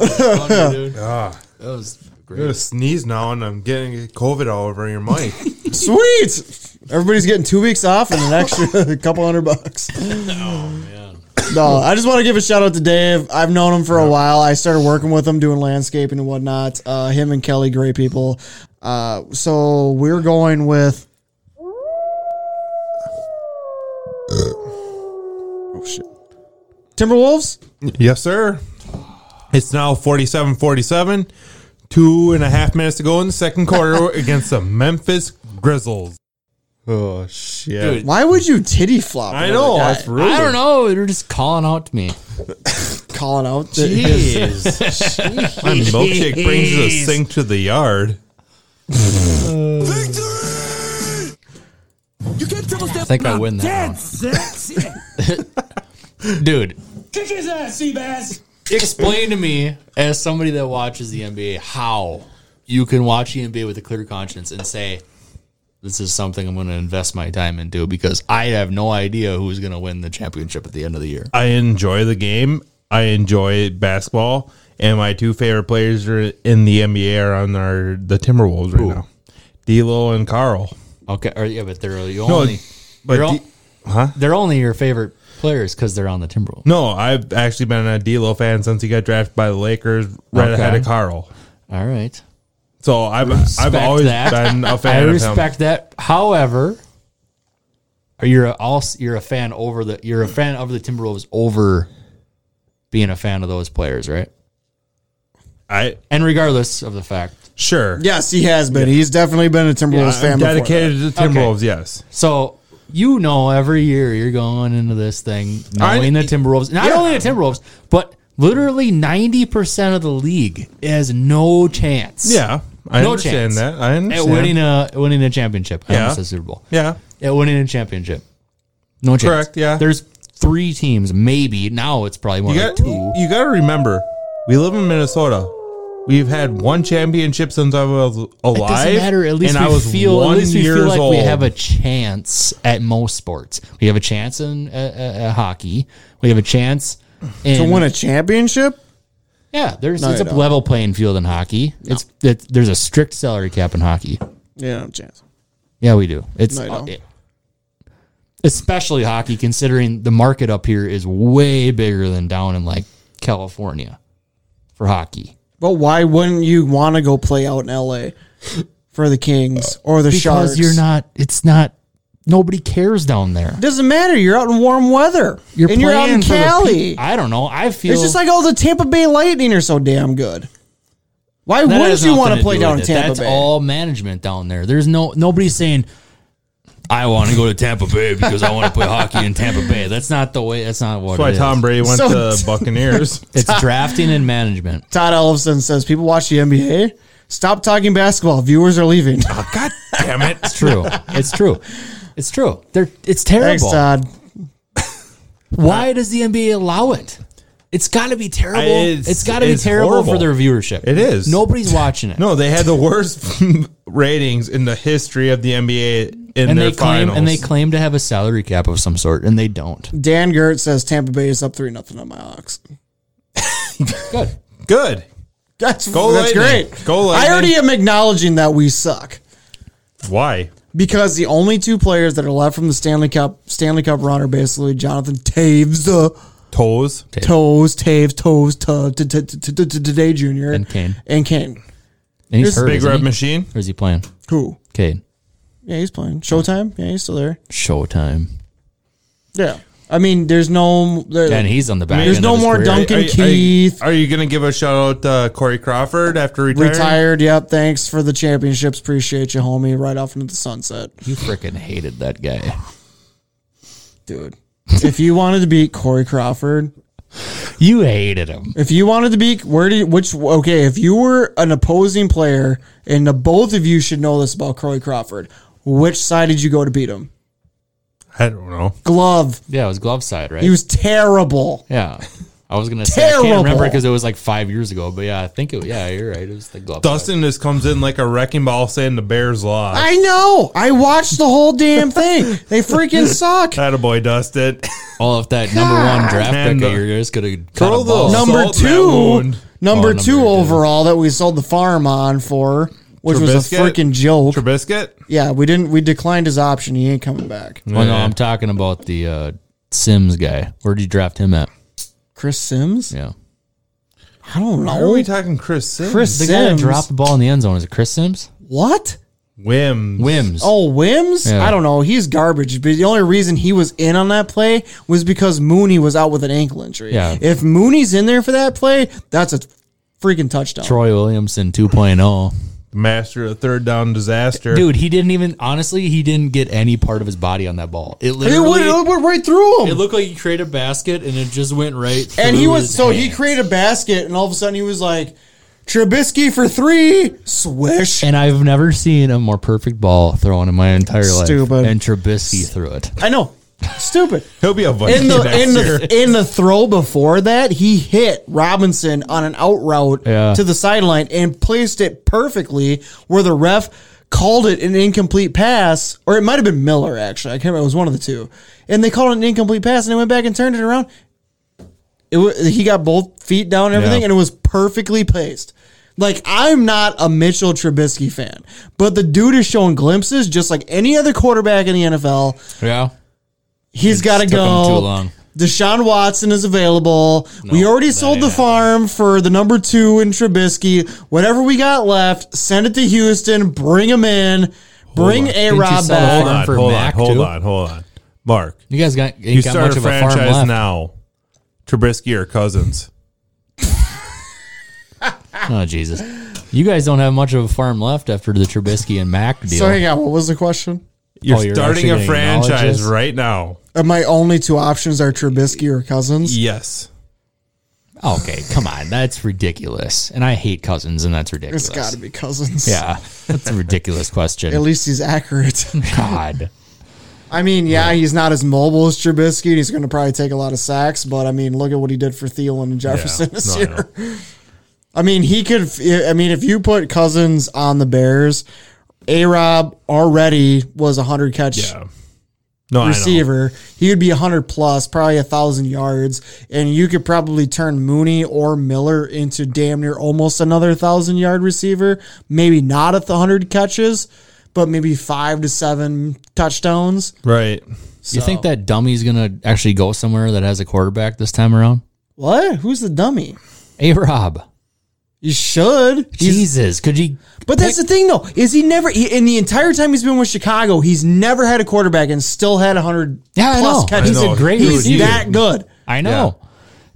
Ah,
That was
I'm gonna sneeze now, and I'm getting COVID all over your mic.
Sweet. Everybody's getting two weeks off and an extra couple hundred bucks. Oh man. No, I just want to give a shout out to Dave. I've known him for a while. I started working with him doing landscaping and whatnot. Uh, him and Kelly, great people. Uh, so we're going with. Oh shit! Timberwolves.
yes, sir. It's now 47-47. Two and a half minutes to go in the second quarter against the Memphis Grizzlies. Oh shit!
Dude,
Why would you titty flop?
I
another
know
guy?
that's rude.
I don't know. They're just calling out to me.
calling out. that-
My milkshake brings the sink to the yard.
I think I win that one. Dude,
Kick his ass, Seabass!
explain to me, as somebody that watches the NBA, how you can watch the NBA with a clear conscience and say, this is something I'm going to invest my time into because I have no idea who's going to win the championship at the end of the year.
I enjoy the game. I enjoy basketball, and my two favorite players are in the NBA are on our the Timberwolves right now, D'Lo and Carl.
Okay, or, yeah, but they're you
No,
only
but
they're, all-
D- huh?
they're only your favorite players because they're on the Timberwolves.
No, I've actually been a D'Lo fan since he got drafted by the Lakers, right
Okay.
ahead of Carl.
All right,
So I've I've
Respect
always
that.
been a
I
fan of him.
respect that. However, you're also you're a fan over the you're a fan of the Timberwolves over being a fan of those players, right?
I
And regardless of the fact,
sure.
yes, he has been. He's definitely been a Timberwolves
I'm
fan. before
dedicated to the
Okay.
Timberwolves. Yes,
so you know, every year you're going into this thing
I-
knowing the Timberwolves, not only the Timberwolves, but Literally 90% of the league has no chance.
Yeah, I understand that. I understand.
At winning a, winning a championship. I
Yeah.
almost said Super Bowl.
Yeah.
At winning a championship. No chance.
Correct, yeah.
There's three teams, maybe. Now it's probably more
You got,
like two.
you got to remember, we live in Minnesota. We've had one championship since I was alive.
It doesn't matter. At least
and
we
I was
feel.
one
At least we
years
feel like
old.
we have a chance at most sports. We have a chance in uh, uh, uh, hockey. We have a chance in,
to win a championship.
Yeah, there's
No,
it's
you
a
don't.
level playing field in hockey. It's it, there's a strict salary cap in hockey.
Yeah, no chance.
Yeah, we do. It's uh,
No, you don't.
especially hockey, considering the market up here is way bigger than down in like California for hockey.
But why wouldn't you want to go play out in L.A. for the Kings or the
because
Sharks?
you're not. It's not. Nobody cares down there.
Doesn't matter. You're out in warm weather.
You're
and
playing
you're out in
for the
Cali.
pe- I don't know. I feel
it's just like all the Tampa Bay Lightning are so damn good. Why wouldn't you want to play down in Tampa
That's
Bay?
all management down there. There's no nobody's saying I want to go to Tampa Bay because I want to play hockey in Tampa Bay. That's not the way. That's not what.
That's why
it is.
Tom Brady went
So-
to Buccaneers.
It's drafting and management.
Todd Ellison says people watch the NBA. Stop talking basketball. Viewers are leaving.
God damn it!
It's true. It's true. It's true. They're, it's terrible.
Thanks, Todd.
Why does the NBA allow it? It's got to be terrible.
I-
it's,
it's-
it's got to be
it's
terrible for
horrible.
their viewership.
It is.
Nobody's watching it.
No, they had the worst ratings in the history of the NBA in
and
their
they claim
finals.
and they claim to have a salary cap of some sort, and they don't.
Dan Gert says Tampa Bay is up three nothing on my Hawks.
Good.
Good.
That's
Go
that's
Lightning.
great.
Go
I
Lightning.
already am acknowledging that we suck
Why?
because the only two players that are left from the Stanley Cup Stanley Cup run are basically Jonathan Taves, uh,
Toes.
Toes, Taves, Toes, Tubb, t- t- t- t- t- Today Junior,
And Kane.
and Kane.
And he's
This
hurt,
Big
isn't
Red
he?
Machine.
Or is he playing?
Who?
Cade.
Yeah, he's playing Showtime. Yeah, he's still there.
Showtime.
Yeah, I mean, there's no there,
And he's on the back.
There's
end
no
of his
more
career.
dunk- Duncan
Are you- are you-
Keith.
Are you, going to give a shout out to Corey Crawford after retiring?
retired. Yep, thanks for the championships. Appreciate you, homie. Right off into the sunset.
You freaking hated that guy.
dude. if you wanted to beat Corey Crawford,
You hated him.
if you wanted to beat where do you, which okay, if you were an opposing player, and the both of you should know this about Corey Crawford, which side did you go to beat him?
I don't know.
Glove.
Yeah, it was glove side, right?
He was terrible.
yeah. I was gonna say I can't remember
Terrible.
because it was like five years ago, but yeah, I think it. Yeah, you're right. It was the glove. side.
Dustin just comes in like a wrecking ball saying the Bears lost.
I know. I watched the whole damn thing. They freaking suck.
Attaboy, Dustin.
All of that number one draft
And,
pick,
uh,
you're just gonna cut
Throw
a ball.
the
Number
salt in that
two,
wound.
number
Oh, number
two
two.
overall that we sold the farm on for, which was a
Trubisky?
freaking joke.
Trubisky.
yeah, we didn't. We declined his option. He ain't coming back.
Well, no, I'm talking about the uh, Sims guy. Where would you draft him at?
Chris Sims.
Yeah,
I don't know.
Why are we talking Chris Sims?
Chris
the guy that
Sims.
dropped the ball in the end zone is it Chris Sims?
What?
Whims.
Wims.
Oh, Wims?
Yeah.
I don't know. He's garbage. But the only reason he was in on that play was because Mooney was out with an ankle injury.
Yeah.
If Mooney's in there for that play, that's a freaking touchdown.
Troy Williamson oh. 2.0.
Master of third down disaster.
Dude, he didn't even. Honestly, he didn't get any part of his body on that ball. It
it, went,
literally.
it went right through him.
It looked like he created a basket and it just went right.
and he
through
was
his
so he
hands.
created a basket, and all of a sudden he was like, Trubisky for three, swish.
And I've never seen a more perfect ball thrown in my entire
Stupid.
life. And Trubisky threw it.
I know, stupid.
He'll be a Vikings
in the
next
in
year.
the in the throw before that, he hit Robinson on an out route
Yeah.
to the sideline and placed it perfectly where the ref called it an incomplete pass, or it might have been Miller actually. I can't remember. It was one of the two, and they called it an incomplete pass, and they went back and turned it around. It wa he got both feet down and everything,
Yeah.
and it was perfectly placed. Like I'm not a Mitchell Trubisky fan, but the dude is showing glimpses, just like any other quarterback in the NFL.
Yeah.
He's got to
took him
go.
too long.
Deshaun Watson is available. we already sold the farm for the number two in Trubisky. Whatever we got left, send it to Houston. Bring him in. Bring A Rob
Didn't you
hold
sell the farm?
back.
on,
for
hold
Mac,
on, hold
too?
on, hold on. Mark,
You guys got, ain't
you
got
start
much
a
of a farm left.
franchise now. Trubisky or Cousins?
Oh Jesus! You guys don't have much of a farm left after the Trubisky and Mac deal.
So hang on. What was the question?
You're,
Oh, you're actually
starting a
gonna acknowledge
franchise
this?
right now.
Uh, My only two options are Trubisky or Cousins.
Yes.
Okay, come on. That's ridiculous. And I hate Cousins, and that's ridiculous.
It's got to be Cousins.
Yeah, that's a ridiculous question.
At least he's accurate.
God.
I mean, yeah, he's not as mobile as Trubisky. and He's going to probably take a lot of sacks, but I mean, look at what he did for Thielen and Jefferson
Yeah,
this
no, I
year. I mean, he could. I mean, if you put Cousins on the Bears, A Rob already was a hundred catch
No, I know.
receiver. He would be hundred plus, probably a thousand yards, and you could probably turn Mooney or Miller into damn near almost another thousand yard receiver. Maybe not at the hundred catches, but maybe five to seven touchdowns.
Right.
You think that dummy's gonna actually go somewhere that has a quarterback this time around?
What? Who's the dummy?
A Rob.
You should. He's-
Jesus, could you?
But that's the thing, though, is he never he, in the entire time he's been with Chicago, he's never had a quarterback and still had hundred
Yeah, I
plus
know.
catches.
He's a I know. great
He's
receiver.
that good.
I know.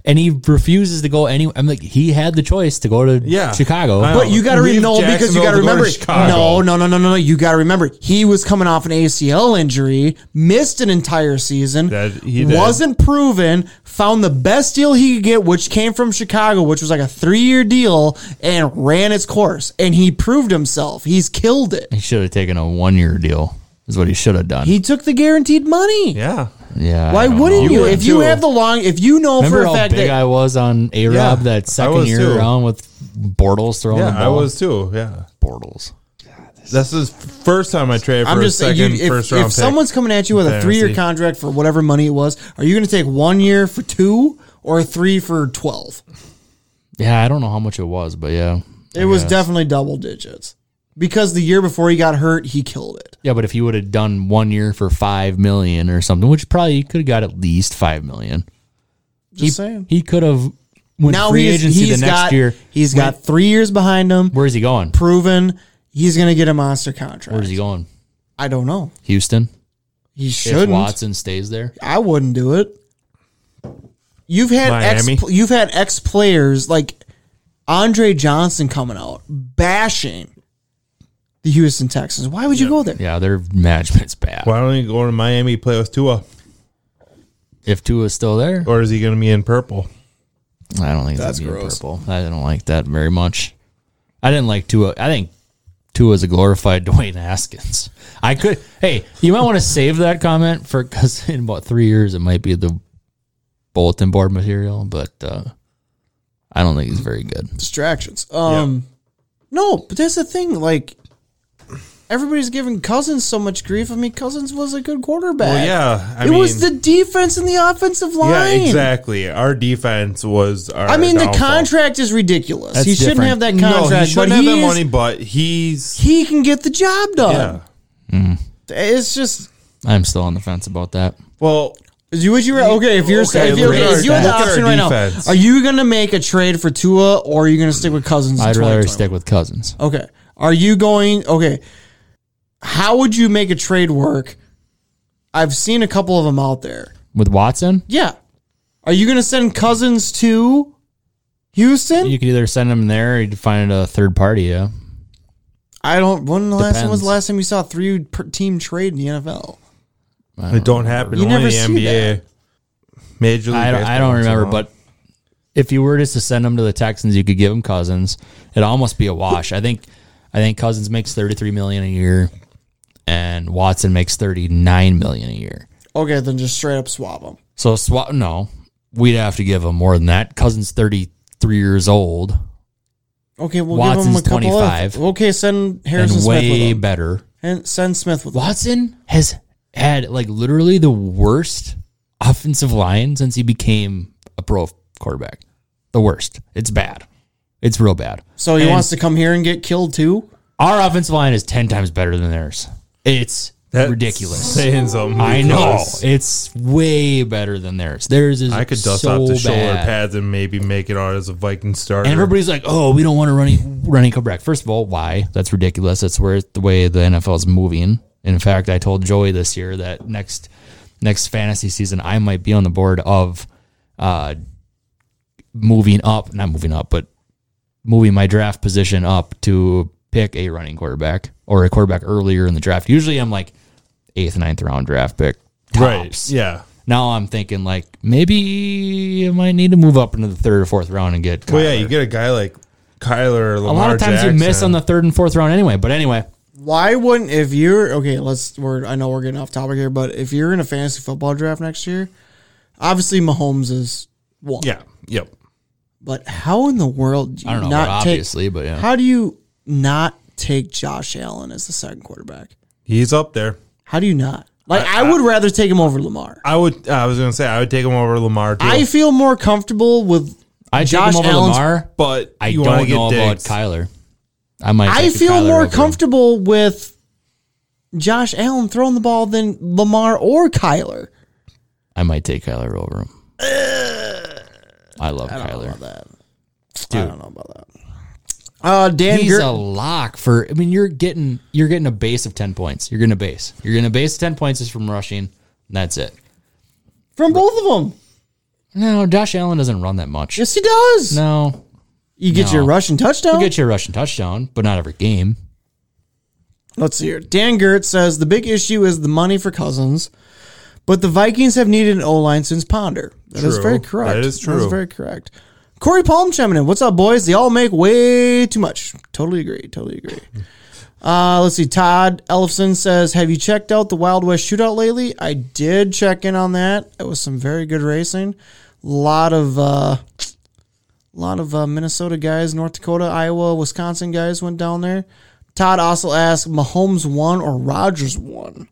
And he refuses to go any. I'm like, he had the choice to go to
Yeah.
Chicago.
I know.
But you got to
Leave
know because you
Jacksonville
got
to go to
to remember.
Chicago.
no, no, no, no, no, no. You got to remember he was coming off an ACL injury, missed an entire season,
That he did.
wasn't proven. Found the best deal he could get, which came from Chicago, which was like a three-year deal, and ran its course. And he proved himself. He's killed it.
He should have taken a one year deal. Is what he should have done.
He took the guaranteed money.
Yeah.
yeah. I
Why
don't
wouldn't
know.
you?
would
If you
too.
have the long, if you know
Remember
for a
how
fact
big
that
I was on A Rob
Yeah,
that
I
second
was
year
too.
around with Bortles throwing the
Yeah,
ball.
I was too. Yeah.
Bortles.
This is first time I traded for
I'm
a
just saying,
second
you, if,
first
if
round pick.
someone's coming at you with a
Fantasy.
three year contract for whatever money it was, are you going to take one year for two or three for twelve?
Yeah, I don't know how much it was, but yeah.
It was definitely double digits because the year before he got hurt, he killed it.
Yeah, but if you would have done one year for five million or something, which probably you could have got at least five million.
Just saying.
He could have went
now
free
he's,
agency
he's
the next
got,
year.
He's got three years behind him,
Where's he going?
proven he's going to get a monster contract.
Where's he going?
I don't know.
Houston.
He
If
shouldn't.
Watson stays there,
I wouldn't do it. You've had
Miami?
ex you've had ex players like Andre Johnson coming out bashing the Houston Texans. Why would you go there?
yeah, their management's bad.
Why don't you go to Miami play with Tua?
If Tua's still there,
Or is he going to be in purple?
I don't think that's
That's
being
gross.
purple. I don't like that very much. I didn't like Tua. I think Tua's a glorified Dwayne Haskins. I could. Hey, you might want to save that comment for because in about three years it might be the bulletin board material. But uh, I don't think he's very good.
Distractions. Um No, but that's the thing. Like everybody's giving Cousins so much grief. I mean, Cousins was a good quarterback.
Well, yeah. I
it
mean,
was the defense and the offensive line.
yeah, exactly. Our defense was our.
I mean, the
downfall.
contract is ridiculous.
That's
he shouldn't
different.
have that
No,
contract.
he
but
shouldn't have
he
that
is-
money, but he's.
He can get the job done.
Yeah.
It's just
I'm still on the fence about that.
Well,
you would you ra- okay if you're
Okay,
if you're
look at
if you had the
our- look at
option
our
right now,
defense.
are you gonna make a trade for Tua or are you gonna stick with Cousins? in
I'd rather
2021?
stick with Cousins.
Okay, are you going? Okay, how would you make a trade work? I've seen a couple of them out there.
With Watson,
Yeah, are you gonna send Cousins to Houston?
you could either send him there or you'd find a third party. Yeah.
I don't. When the last when was
Depends.
the last time you saw a three per team trade in the NFL?
it don't happen
You
only
never
in the
see
NBA. Major League
I don't, I
Baseball
don't
and so
remember,
on.
but if you were just to send him to the Texans, you could give him Cousins. It'd almost be a wash. I think I think Cousins makes thirty three million a year, and Watson makes thirty nine million a year.
Okay, then just straight up swap them.
So swap. No, we'd have to give him more than that. Cousins thirty three years old
Okay, we'll
Watson's
give him a couple
25.
of. Okay, send Harrison
and
Smith with
way
him.
better.
And send Smith with him.
Watson has had like literally the worst offensive line since he became a pro quarterback. The worst. It's bad. It's real bad.
So he
And-
wants to come here and get killed too.
Our offensive line is ten times better than theirs. It's
That's
ridiculous.
Saying something.
I know
because
it's way better than theirs. Theirs is
I could dust
so
off the
bad.
shoulder pads and maybe make it on as a Viking starter.
And everybody's like, "Oh, we don't want to running running quarterback." First of all, why? That's ridiculous. That's where the way the NFL is moving. In fact, I told Joey this year that next next fantasy season I might be on the board of uh, moving up, not moving up, but moving my draft position up to pick a running quarterback or a quarterback earlier in the draft. Usually, I'm like eighth, ninth round draft pick.
right.
tops.
Yeah.
Now I'm thinking like maybe I might need to move up into the third or fourth round and get.
Well, yeah, you get a guy like Kyler or
a
Lamar
lot of times
Jackson.
you miss on the third and fourth round anyway. But anyway,
Why wouldn't if you're okay? Let's. We're. I know we're getting off topic here, but if you're in a fantasy football draft next year, obviously Mahomes is one.
Yeah. Yep.
But how in the world do you
I don't know,
not take?
obviously, but yeah.
How do you not take Josh Allen as the second quarterback?
He's up there.
How do you not? Like I, would rather take him over Lamar.
I would. I was gonna say I would take him over Lamar. Too.
I feel more comfortable with
I take
Josh
him over
Allen's-
Lamar,
but
I
you wanna
don't
get
know about
Diggs.
Kyler. I might.
I
take a
feel
Kyler
more
over him.
comfortable with Josh Allen throwing the ball than Lamar or Kyler.
I might take Kyler over him. I love Kyler. Dude.
I don't know about that. Uh, Dan
He's
Ger-
a lock for. I mean, you're getting you're getting a base of ten points. You're getting a base. You're getting a base of ten points is from rushing. And that's it.
from both of them.
No, Josh Allen doesn't run that much.
Yes, he does.
no,
you get
no.
your rushing touchdown.
you get your rushing touchdown, but not every game.
Let's see here. Dan Gertz says the big issue is the money for Cousins, but the Vikings have needed an O line since Ponder. That is
True.
very correct.
That is
That
true.
is very correct. Corey Palm chiming in. What's up, boys? They all make way too much. Totally agree. Totally agree. Uh, let's see. Todd Ellefson says, "Have you checked out the Wild West Shootout lately?" I did check in on that. It was some very good racing. A lot of, a uh, lot of uh, Minnesota guys, North Dakota, Iowa, Wisconsin guys went down there. Todd also asked, "Mahomes won or Rogers won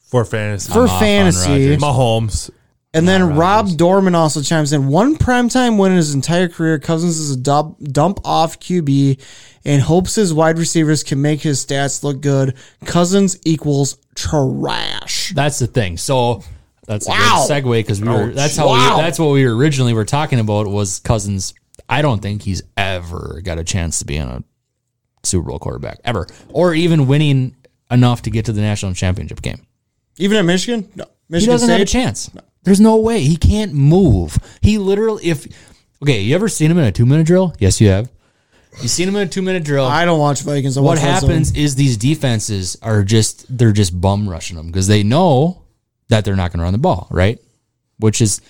for fantasy.
for
off on
fantasy?"
Rodgers.
Mahomes.
And then Rob Dorman also chimes in. One primetime win in his entire career, Cousins is a dump, dump off QB and hopes his wide receivers can make his stats look good. Cousins equals trash.
That's the thing. So that's
Wow.
a good segue because we were. That's how.
Wow.
We, that's what we originally were talking about was Cousins. I don't think he's ever got a chance to be on a Super Bowl quarterback ever, or even winning enough to get to the national championship game.
Even at Michigan? No.
He
Michigan
doesn't have a
State?
chance. There's no way he can't move. He literally, if okay, you ever seen him in a two minute drill? Yes, you have. You seen him in a two minute drill
I don't watch Vikings. I
what
watch Red Zone.
happens is these defenses are just they're just bum rushing them because they know that they're not going to run the ball, right? Which is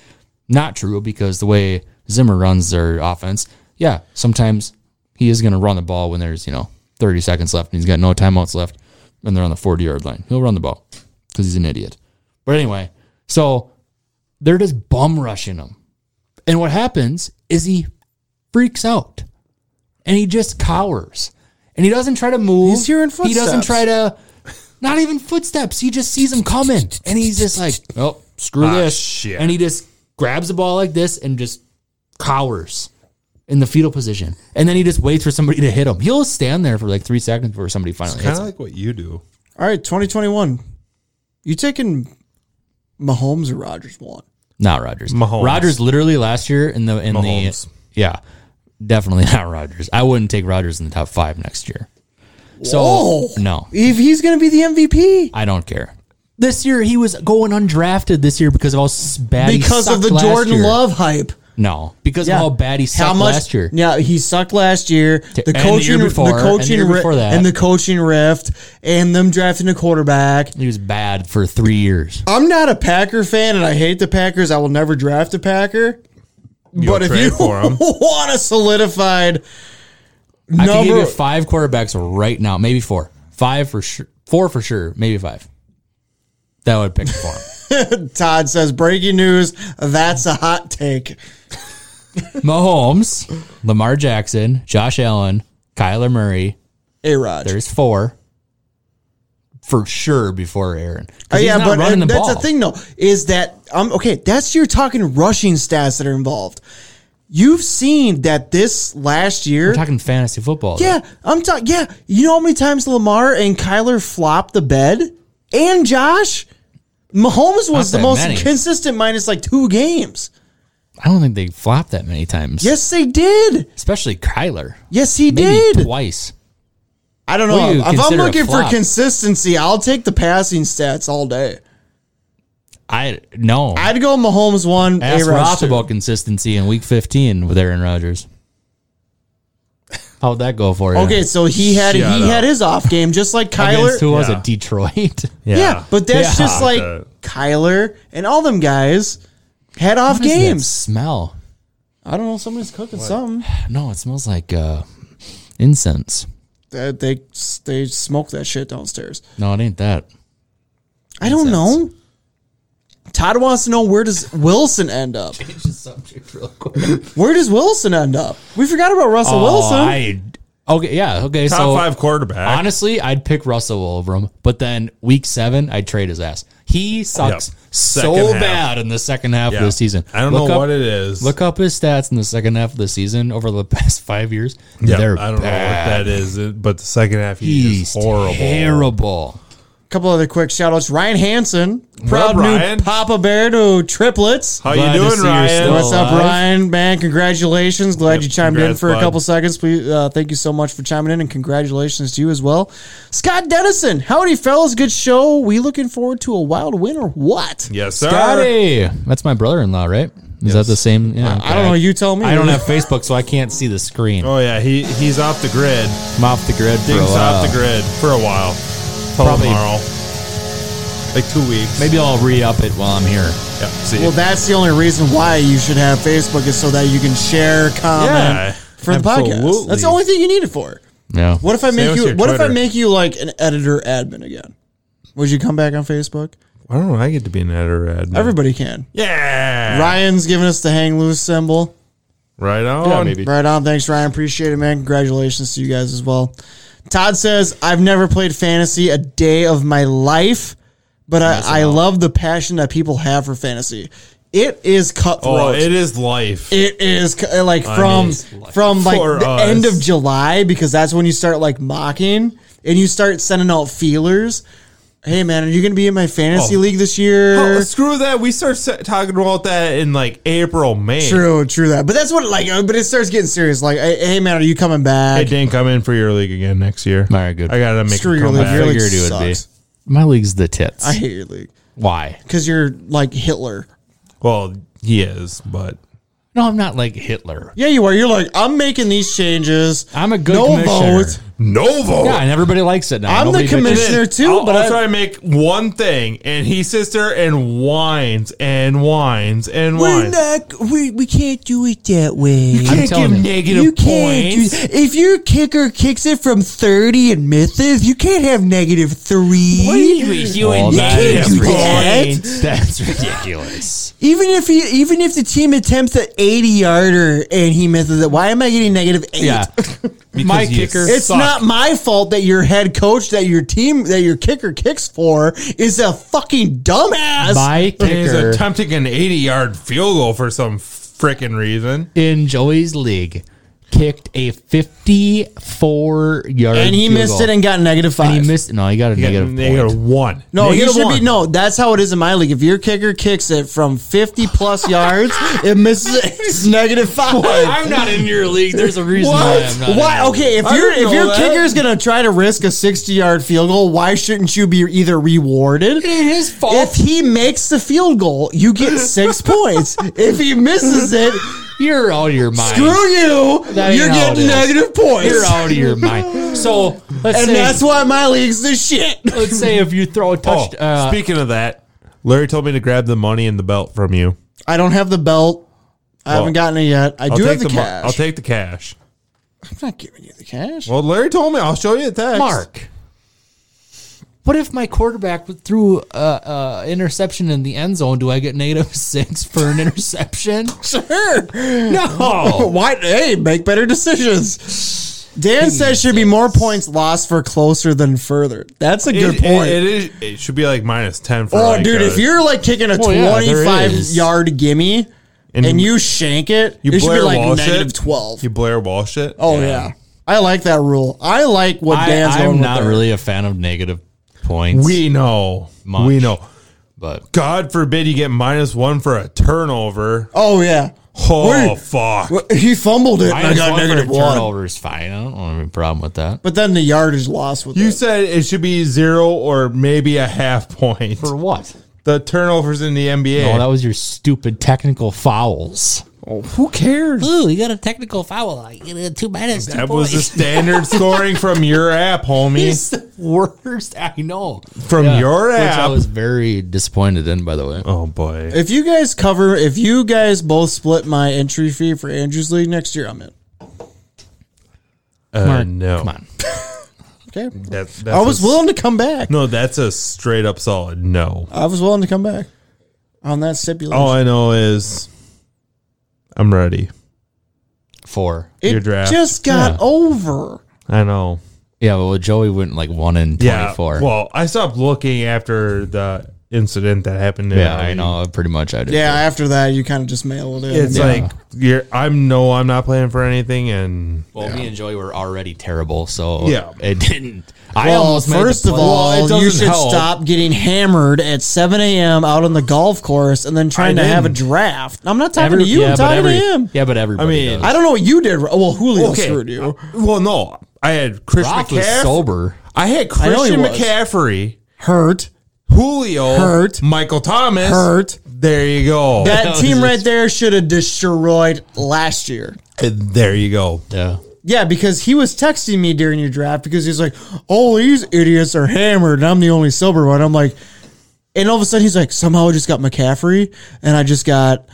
not true because the way Zimmer runs their offense, yeah, sometimes he is going to run the ball when there's you know 30 seconds left and he's got no timeouts left and they're on the 40 yard line. He'll run the ball because he's an idiot. But anyway, so they're just bum rushing him, and what happens is he freaks out and he just cowers and he doesn't try to move.
He's hearing
He doesn't
footsteps.
try to, not even footsteps. He just sees him coming and he's just like, oh, screw
Ah,
this.
shit.
And he just grabs the ball like this and just cowers in the fetal position. And then he just waits for somebody to hit him. He'll stand there for like three seconds before somebody finally
Kind
hits
of
him.
like what you do.
All right, 2021. You taking Mahomes or Rogers one?
Not Rodgers.
Mahomes.
Rodgers literally last year in the in
Mahomes.
the yeah, definitely not Rodgers. I wouldn't take Rodgers in the top five next year. So
Whoa.
no,
If he's going to be the MVP
I don't care. This year he was going undrafted this year because of how s- bad he
because of
sucked
the
last
Jordan
year.
Love hype.
No, because of how bad he sucked
How much-
last year.
Yeah, he sucked last year. The
And the
coaching,
year before,
the
and the
coaching,
year
ri-
before that.
and the coaching rift, and them drafting a quarterback.
He was bad for three years.
I'm not a Packer fan, and I hate the Packers. I will never draft a Packer. but if
trade
you
for 'em.
want a solidified
I can give
number,
you five quarterbacks right now, maybe four, five for sure, four for sure, maybe five. That I would pick for him.
Todd says breaking news. That's a hot take.
Mahomes, Lamar Jackson, Josh Allen, Kyler Murray.
A Rod.
There's four for sure before Aaron. 'Cause
Oh,
he's
yeah,
not
but
running
uh, that's
ball.
the thing, though, is that um okay. That's you're talking rushing stats that are involved. You've seen that this last year.
We're talking fantasy football. though.
Yeah, I'm talking. Yeah, you know how many times Lamar and Kyler flopped the bed, and Josh, Mahomes was the
that
most
many.
consistent, minus like two games.
I don't think they flopped that many times.
Yes, they did.
especially Kyler.
Yes, he
Maybe
did.
twice.
I don't
What
know.
do you
If I'm
consider a
looking for
flop?
consistency, I'll take the passing stats all day.
I no. I
I'd go Mahomes one, A
asked
Ross
Roth
two.
about consistency in Week 15 with Aaron Rodgers. How'd that go for you?
Okay, so he had
Shut
he
up.
had his off game, just like Kyler.
Against who was
Yeah.
it? Detroit.
Yeah, but that's
Yeah.
just like
Uh,
Kyler, and all them guys had off
What is that
games.
smell.
I don't know. Somebody's cooking something.
No, it smells like uh, incense.
They, they they smoke that shit downstairs.
No, it ain't that.
I don't know. Todd wants to know where does Wilson end up? Change the subject real quick. Where does Wilson end up? We forgot about Russell
Oh,
Wilson.
I, okay, yeah, okay.
Top
so
five quarterback.
Honestly, I'd pick Russell over him, but then week seven, I'd trade his ass. He sucks
Yep.
so
Second half.
bad in the second half
Yeah.
of the season.
I don't
Look
know
up-
what it is.
Look up his stats in the second half of the season over the past five years.
yeah,
They're
I don't know what that
bad.
is, it- but the second half he
He's
is horrible.
terrible.
couple other quick shout outs. Ryan Hansen, proud
What up,
new
Ryan?
Papa Bear to triplets.
How
Glad
you
to
doing,
see you're
Ryan?
still
What's up,
alive.
Ryan? Man, congratulations. Glad
Yep,
you chimed in
congrats,
for a
bud.
couple seconds. Please, uh, thank you so much for chiming in, and congratulations to you as well. Scott Dennison, howdy, fellas. Good show. We looking forward to a wild win or what?
Yes, sir.
Scotty, that's my brother-in-law, right? Is that the same? Yeah,
I don't know. You tell me.
I don't have Facebook, so I can't see the screen.
Oh yeah, he he's off the grid.
I'm off the grid Uh, for a
Ding's
while.
off the grid for a while. Till
Probably-
tomorrow, like two weeks.
Maybe I'll re-up it while I'm here.
Yeah, see.
Well, that's the only reason why you should have Facebook is so that you can share, comment
Yeah,
for the podcast.
absolutely.
That's the only thing you need it for.
Yeah.
What if I
Same
make
with
you?
your
What if I
Twitter.
make you like an editor admin again? Would you come back on Facebook?
I don't know. I get to be an editor. Admin.
Everybody can.
yeah, right,
Ryan's giving us the hang loose symbol.
right on.
Right on. Thanks, Ryan. Appreciate it, man. Congratulations to you guys as well. Todd says, I've never played fantasy a day of my life, but I, I love the passion that people have for fantasy. It is cutthroat.
Oh, it is life.
It is cu- uh, like
I
from
mean,
from like
for
the
us.
end of July because that's when you start like mocking and you start sending out feelers. Hey man, are you going to be in my fantasy
Oh.
league this year?
Oh, screw that. We start se- talking about that in like April, May.
True, true
Oh.
that. But that's what like. uh, But it starts getting serious. Like, hey hey, man, are you coming
Hey,
back?
Dan, come in for your league again next year.
All right, good.
I gotta make
Screw
a
your league.
comeback.
Your league
Figured it would be.
sucks.
My league's the tits.
I hate your league
Why?
because you're like Hitler.
Well, he is, but
No, I'm not like Hitler.
Yeah, you are. You're like I'm making these changes.
I'm a good
no
commissioner.
vote.
Novo.
Yeah, and everybody likes it now.
I'm the
Nobody bitches.
commissioner. there too,
I'll,
but
I'll
I-
try to make one thing, and he sits there and whines and whines and
We're
whines.
not. We we can't do it that way.
I'm telling you.
negative
do- if your kicker kicks it from 30 and misses, you can't have negative three.
Well,
You
that
can't
is
do that.
ridiculous. That's ridiculous.
Even if he, even if the team attempts an 80 yarder and he misses it, why am I getting negative eight?
yeah. My
you
kicker.
It's
Suck.
not my fault that your head coach that your team that your kicker kicks for is a fucking dumbass.
my
He's
kicker
attempting an 80 yard field goal for some freaking reason.
in Joey's league kicked a 54 yard
and he missed it and got negative five.
and he missed No, he got a
He got,
negative
they got a
point.
one.
No,
Negative
you should
one.
be no. That's how it is in my league. If your kicker kicks it from fifty plus yards, it misses. It's negative five.
I'm not in your league. There's a reason why I'm
What?
not. in
Why?
your
Okay, if
I
your
didn't
if
know
your
that.
kicker is gonna try to risk a sixty-yard field goal, why shouldn't you be either rewarded?
league. It is fault.
If he makes the field goal, you get six points. If he misses it,
You're out of your mind.
screw you.
That ain't
You're
how it
getting
is.
negative points.
You're out of your mind. So let's
and
say
that's why my league's the shit.
let's say if you throw a
Oh,
touch. uh,
speaking of that, Larry told me to grab the money and the belt from you.
I don't have the belt. I
Well,
haven't gotten it yet. I
I'll
do
take
have the,
mo-
cash.
I'll take the cash.
I'm not giving you the cash.
Well, Larry told me. I'll show you the text.
Mark. What if my quarterback threw a uh, interception in the end zone? Do I get negative six for an interception?
Sure.
Oh,
No.
Why? Hey, make better decisions. Dan says should be more points lost for closer than further. That's a good
It- it-
point.
it is. It should be like minus ten for.
oh,
like uh,
dude,
a-
if you're like kicking a
Well, yeah, there
25
is.
yard gimme and, you shank it,
you
it should be
Blair
like
Walsh
negative
it,
12.
you Blair Walsh it.
oh, yeah. I like that rule. I like what Dan's
I,
going
am
with
not
there.
really a fan of negative points.
we know.
Much.
We know.
but
God forbid you get minus one for a turnover.
Oh, yeah.
Oh
We're-
fuck!
Well, He fumbled it and I
minus
got
one for a
negative one.
turnover is fine. I don't have any problem with that.
But then the yardage lost with
You
it.
said it should be zero or maybe a half point.
For what?
The turnovers in the NBA.
Oh, that was your stupid technical fouls.
Oh, who cares?
Ooh, you got a technical foul. Like, you know, two minutes. Two
That was the
points.
standard scoring from your app,
He's
homie.
the worst. I know.
From your
Which I
app.
was very disappointed in, by the way.
Oh boy.
If you guys cover, if you guys both split my entry fee for Andrew's League next year, I'm in.
Uh,
Mark,
no.
Come on.
Okay.
That- that's
I was
a-
willing Oh. to come back.
No, that's a straight up solid no.
I was willing to come back on that stipulation.
All I know is I'm ready.
Four.
it
Oh, your draft.
just got
Yeah.
over.
I know.
Yeah, but well, Joey went like one in twenty-four.
Yeah. Well, I stopped looking after the incident that happened. in
yeah,
our
I
league.
know. Pretty much, I did.
Yeah, after that, you kind of just mail it in.
It's like you're, I'm no, I'm not playing for anything, and
Well, me and Joey were already terrible, so
Yeah.
it didn't. I
Well,
almost made
Um, first
the
of
play-
all,
Well, it
you
doesn't
should
help.
stop getting hammered at 7 a.m. out on the golf course and then trying to have a
didn't.
draft. I'm not talking to you. I'm
but
talking
every-
to him.
Yeah, but everybody.
I mean,
does.
I don't know what you did. wrong. Well, Julio screwed you.
Well, no, I had Christian
Rock was
McCaffrey.
sober.
I had
I know he
Christian
was.
McCaffrey,
Hurt.
Julio,
Hurt.
Michael Thomas,
Hurt.
There you go.
That
was
team
just-
right there should have destroyed last year.
there you go.
Yeah.
Yeah, because he was texting me during your draft because he's like, "Oh, these idiots are hammered, and I'm the only sober one." I'm like, and all of a sudden he's like, "Somehow I just got McCaffrey, and I just got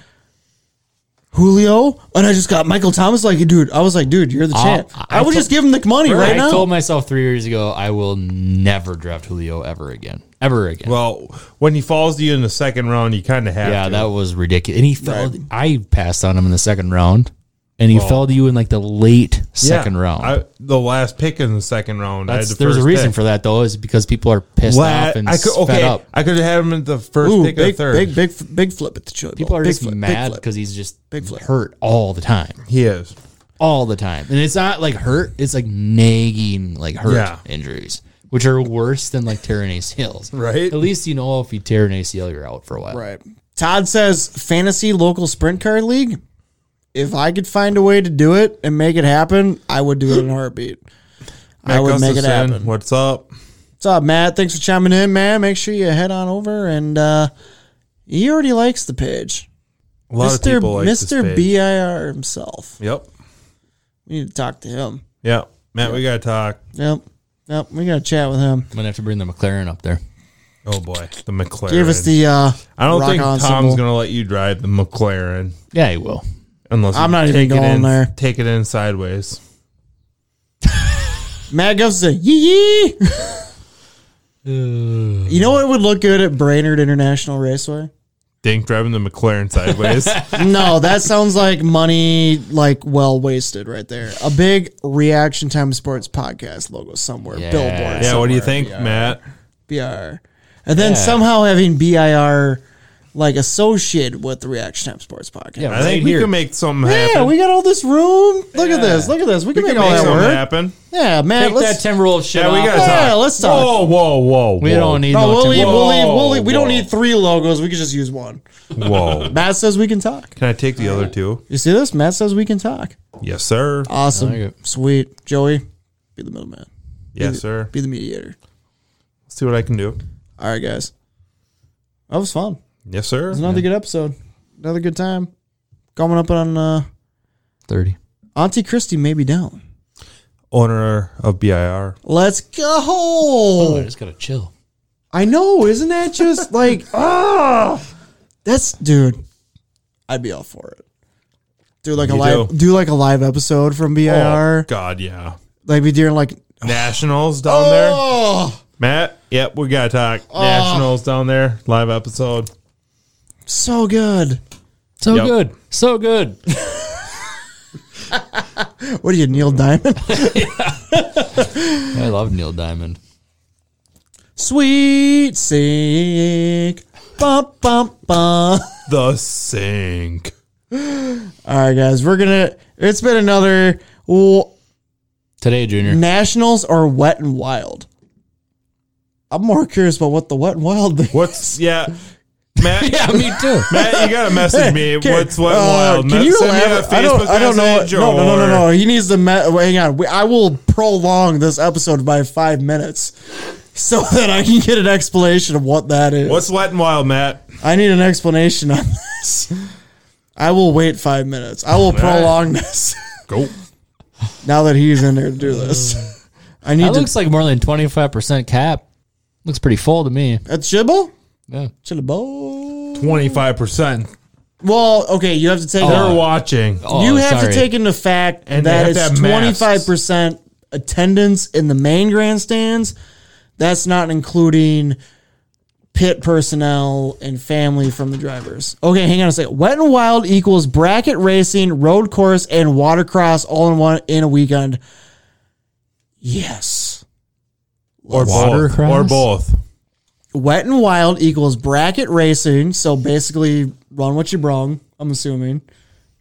Julio, and I just got Michael Thomas." Like, dude, I was like, "Dude, you're the
Uh,
champ."
I-
I, would
I
just give him the money right
I
now.
told myself three years ago I will never draft Julio ever again, ever again.
Well, when he falls to you in the second round, you kind of have
yeah,
to.
that was ridiculous. And he fell. I passed on him in the second round, and he fell to you in like the late
Yeah.
second round.
I, the last pick in the second round. I had
That's,
the
there's a
first
reason
pick.
for that though, is because people are pissed
La-
off and
I could,
fed
okay,
up.
I could have had him at the first
Ooh,
pick
big,
or third.
big, big, big flip at the chili.
People
bowl.
are
big
just
flip, big
mad
flip.
because he's just
Big flip.
hurt all the time,
He is.
all the time, and it's not like hurt; it's like nagging, like hurt
Yeah.
injuries, which are worse than like tearing ACLs.
Right.
At least you know if you tear an ACL, you're out for a while.
Right. Todd says fantasy local sprint car league. If I could find a way to do it and make it happen, I would do it in a heartbeat. I
Matt
would make it
Gustafson,
happen.
What's up?
What's up, Matt? Thanks for chiming in, man. Make sure you head on over and uh he already likes the page.
A lot
Mr.
of people like this
Mr.
page.
BIR himself.
Yep.
We need to talk to him.
Yeah. Matt, we gotta talk.
Yep. Yep. We gotta chat with him.
I'm gonna have to bring the McLaren up there.
Oh boy, the McLaren.
Give us the uh
I don't
rock
think
on
Tom's
symbol.
gonna let you drive the McLaren
Yeah, he will.
unless
I'm
you
not even
take
going
it in,
there.
Take it in sideways.
Matt goes to yee yee.
Uh.
you know what would look good at Brainerd International Raceway?
Dink driving the McLaren sideways.
No, that sounds like money, like well wasted right there. A big reaction time sports podcast logo somewhere,
Yeah.
billboard.
yeah. What do you
somewhere.
think, Matt?
BIR, and then somehow having BIR like associated with the reaction time sports podcast.
Yeah,
Yeah,
I think we can make something happen.
we got all this room. Look at this. Look at this. We can
We
make all that
something
work.
happen.
Yeah, man.
Take that
Let's,
ten roll of shit.
Yeah, we
off.
gotta
Yeah,
talk.
let's talk.
Whoa, whoa, whoa!
We
whoa.
don't need
no,
no.
we'll leave,
Timberwolves.
we'll leave, we'll leave. We don't
Whoa.
need three logos. We could just use one.
Whoa!
Matt says we can talk.
Can I take the other two?
You see this? Matt says we can talk.
Yes, sir.
Awesome.
like it.
Sweet. Joey, be the middleman.
Yes, sir.
Be the mediator.
Let's see what I can do.
All right, guys. That was fun.
Yes, sir.
It was another good episode. Another good time. Coming up on uh,
Thirty.
Auntie Christie may be down.
Owner of BIR.
Let's
I
go.
just gotta chill.
I know. Isn't that just like, ah? That's, dude, I'd be all for it. Do like a
Me
live,
too.
do like a live episode from
Oh,
BIR.
God, yeah.
Like be doing like,
Nationals down there.
oh,
Matt, yep, we gotta talk. Nationals down there. Live episode.
so good.
So
Yep.
good. So good.
What are you, Neil Diamond?
I love Neil Diamond.
Sweet sink. Bump, bump, bump.
The sink.
All right, guys, we're gonna. It's been another well,
Today, Junior.
nationals are wet and wild. I'm more curious about what the wet and wild. Thing.
What's yeah. Matt
Yeah, me too.
Matt, you gotta message me.
Okay,
What's what
uh,
wild?
Can
Matt,
you
send me a
elaborate? I
Facebook
don't. I don't know.
message
No, no, no, no,
or-
no. He needs to. Me- wait, hang on. We- I will prolong this episode by five minutes so that I can get an explanation of what that is.
What's wet and wild, Matt?
I need an explanation on this. I will wait five minutes. I will
All right.
prolong this.
Go.
Now that he's in there to do this, I need
that
to.
looks like more than twenty five percent cap. Looks pretty full to me.
That's Jibble?
Yeah.
Jibble.
25%.
Well, okay, you have to take.
They're watching.
Oh,
you have to
Oh.
take into fact
And they
Oh. that
have to
it's
have masks.
25% attendance in the main grandstands. That's not including pit personnel and family from the drivers. Okay, hang on a second. Wet and Wild equals bracket racing, road course, and watercross all in one in a weekend. Yes.
Or
Water
both.
cross?
Or both.
Wet and Wild equals bracket racing. So basically, run what you brung. I'm assuming.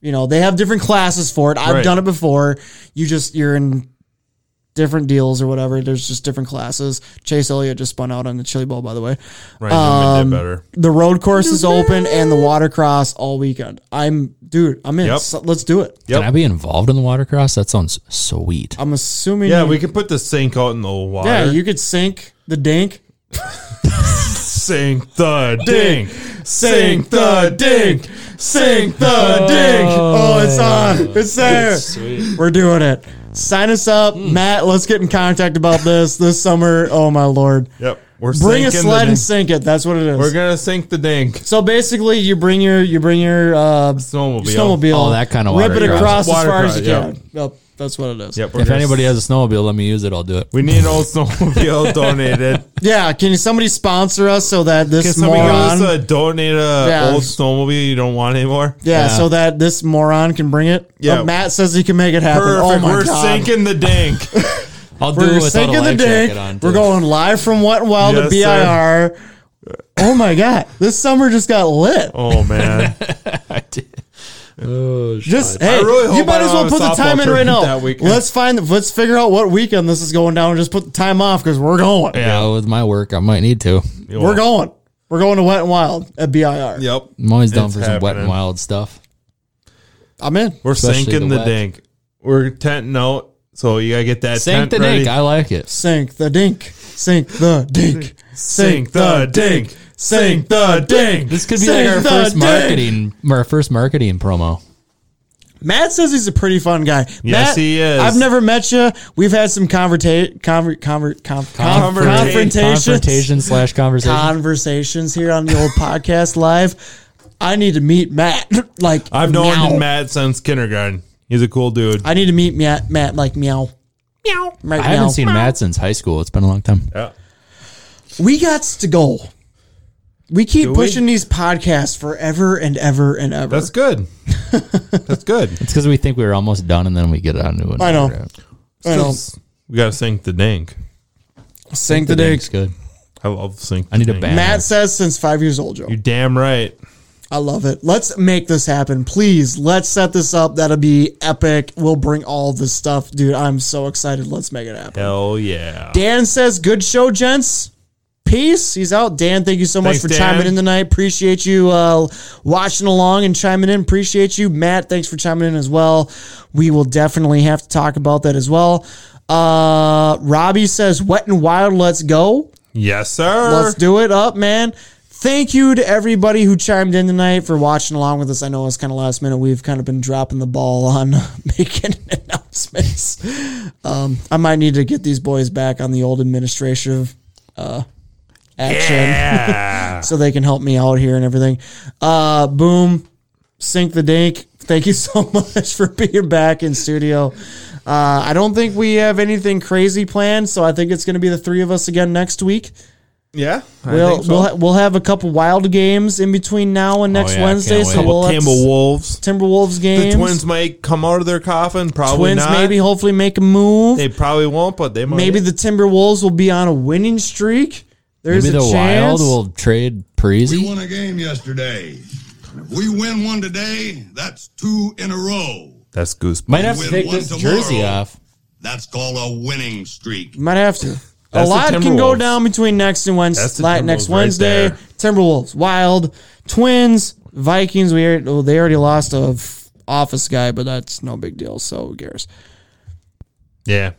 You know they have different classes for it. I've
Right.
done it before. You just you're in different deals or whatever. There's just different classes. Chase Elliott just spun out on the Chili Bowl, by the way.
Right.
Um,
Newman did better.
The road course is open and the water cross all weekend. I'm dude. I'm in.
Yep.
So let's do it.
Yep.
Can I be involved in the watercross? That sounds sweet.
I'm assuming.
Yeah,
you-
we could put the sink out in the water.
Yeah, you could sink the dink.
sink the dink. Sink the dink. Sink the
dink.
dink.
Oh, it's on. It's there. We're doing it. Sign us up,
Hmm.
Matt. Let's get in contact about this this summer. Oh my lord!
Yep. We're
Bring a
sinking
sled
the
and
dink.
sink it. That's what it is.
We're gonna sink the dink.
so basically, you bring your you bring your uh,
Snowmobile.
snowmobile,
Oh, that kind of
rip
water
it
cross.
across as
Water
far
cross,
as you
yeah.
can. Yep, that's what it is.
Yep. we're
If
gonna-
anybody has a snowmobile, let me use it. I'll do it.
we need an old snowmobile donated.
Yeah, can somebody sponsor us so that
Can
this
somebody
moron?
give us a donate a
Yeah.
old snowmobile you don't want anymore?
yeah,
Yeah.
so that this moron can bring it.
Yeah.
Uh, Matt says he can make it happen.
Perfect.
Oh my
we're
god,
sinking the dink.
I'll do it
We're
without a
sinking the
life jacket
dick.
on. too.
We're going live from Wet and Wild
Yes,
to BIR. Oh my god, this summer just got lit.
oh man.
Just hey,
really hope
you might
I
as well
don't
put
have a
the time in
softball
right
tournament
now.
that weekend.
Let's find, let's figure out what weekend this is going down, and just put the time off because we're going.
Yeah, with my work, I might need to.
We're going. We're going to Wet and Wild at BIR.
Yep.
I'm always down
It's
for some wet
happening.
and wild stuff.
I'm in.
We're
Especially
sinking
the
the,
wet.
dink. We're tenting out, so you gotta get that
Sink
tent
the
ready.
dink. I like it.
Sink the dink. Sink the dink.
Sink the dink. Sink the dink.
This could be
Sink
like our
the
first
dink.
marketing, our first marketing promo.
Matt says he's a pretty fun guy.
Yes,
Matt,
he is.
I've never met you. We've had some converta- conver- conver- conf- conf-
Converta-
confrontations.
confrontation slash conversation.
conversations here on the old podcast live. I need to meet Matt. Like
I've known
meow.
Matt since kindergarten. He's a cool dude.
I need to meet Matt. Matt like meow. Meow. Right
I haven't
meow.
seen Matt since high school. It's been a long time.
yeah.
We got to go. We keep
Do we?
pushing these podcasts forever and ever and ever.
That's good. That's good.
It's because we think we were almost done, and then we get on new one.
I know. I know.
We gotta sink the dink.
Sink
The
the dick.
dink's good.
I love sink. The
I need a
dink.
bag.
Matt says since five years old, Joe.
You damn right.
I love it. Let's make this happen. Please, let's set this up. That'll be epic. We'll bring all this stuff. Dude, I'm so excited. Let's make it happen.
Hell yeah.
Dan says, "Good show, gents. Peace." He's out. Dan, thank you so much
Thanks,
for
Dan.
chiming in tonight. Appreciate you uh, watching along and chiming in. Appreciate you, Matt. Thanks for chiming in as well. We will definitely have to talk about that as well. Uh, Robbie says, "Wet and wild. Let's go.
Yes, sir.
Let's do it up, man." Thank you to everybody who chimed in tonight for watching along with us. I know it's kind of last minute. We've kind of been dropping the ball on making announcements. Um, I might need to get these boys back on the old administrative uh, action
yeah.
so they can help me out here and everything. Uh, boom, sink the dink. Thank you so much for being back in studio. Uh, I don't think we have anything crazy planned, so I think it's going to be the three of us again next week.
yeah. I
We'll
think so.
we'll, ha- we'll have a couple wild games in between now and next
yeah, I can't
Wednesday. So
wait.
we'll have
Campbell Wolves.
Timberwolves
Oh, The
games.
twins might come out of their coffin. Probably
Twins
not.
maybe hopefully make a move.
They probably won't, but they might.
Maybe the Timberwolves will be on a winning streak. There's
Maybe the
a chance.
Wild will trade
We
Parisi.
won a game yesterday. And if we win one today, that's two in a row.
That's goosebumps.
Might have to
Win
take
one
this jersey
tomorrow.
off.
That's called a winning streak.
Might have to.
That's
a
the
lot can go
Timberwolves.
down between next and
That's
Wednesday.
the
Like next
Timberwolves right
Wednesday,
there.
Timberwolves, Wild, Twins, Vikings. We already, well, they already lost a f- office guy, but that's no big deal. So who cares?
Yeah.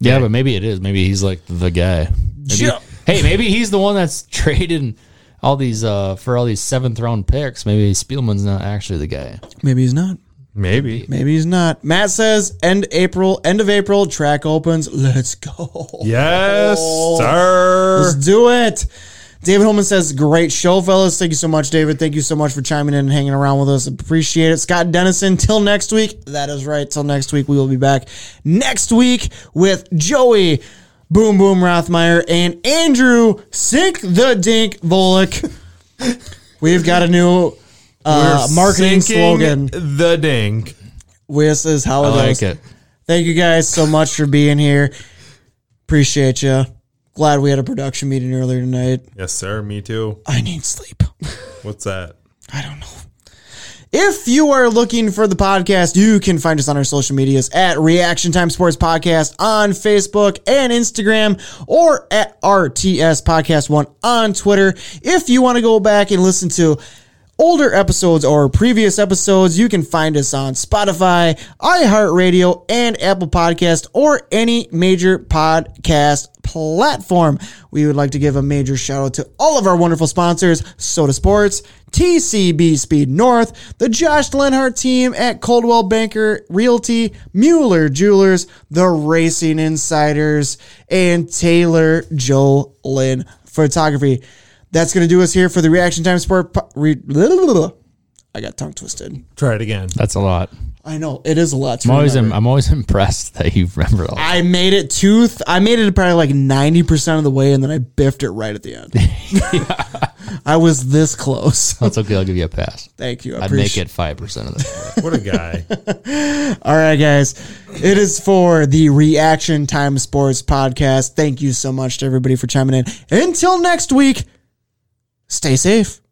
Yeah, but maybe it is. Maybe he's like the guy. Maybe-
Yeah.
Hey, maybe he's the one that's traded all these uh, for all these seventh round picks, maybe Spielman's not actually the guy.
Maybe he's not.
Maybe.
Maybe he's not. Matt says end April, end of April, track opens. Let's go.
Yes,
Oh.
sir.
Let's do it. David Holman says, Great show, fellas. Thank you so much, David. Thank you so much for chiming in and hanging around with us. Appreciate it. Scott Dennison, till next week. That is right. Till next week, we will be back next week with Joey Boom Boom Rothmeyer and Andrew Sink the Dink Volek. We've got a new uh,
We're
marketing slogan.
sinking The dink.
This is how it
I like
goes.
it.
Thank you guys so much for being here. Appreciate you. Glad we had a production meeting earlier tonight.
Yes, sir. Me too.
I need sleep.
What's that?
If you are looking for the podcast, you can find us on our social medias at Reaction Time Sports Podcast on Facebook and Instagram or at RTS Podcast One on Twitter. If you want to go back and listen to older episodes or previous episodes, you can find us on Spotify, iHeartRadio, and Apple Podcast or any major podcast platform. We would like to give a major shout out to all of our wonderful sponsors, Soda Sports, TCB Speed North, the Josh Lenhart team at Coldwell Banker Realty, Mueller Jewelers, the Racing Insiders, and Taylor Joe Lynn Photography. That's going to do us here for the Reaction Time Sport. Po- re- I got tongue twisted.
Try it again.
That's a lot.
I know it is a lot. To
I'm always
remember.
I'm always impressed that you remember all.
I made it two. Th- I made it probably like ninety percent of the way, and then I biffed it right at the end. I was this close.
That's okay. I'll give you a pass.
Thank you. I
I'd make
appreciate-
it five percent of that.
What a guy.
All right, guys. It is for the Reaction Time Sports podcast. Thank you so much to everybody for chiming in. Until next week, stay safe.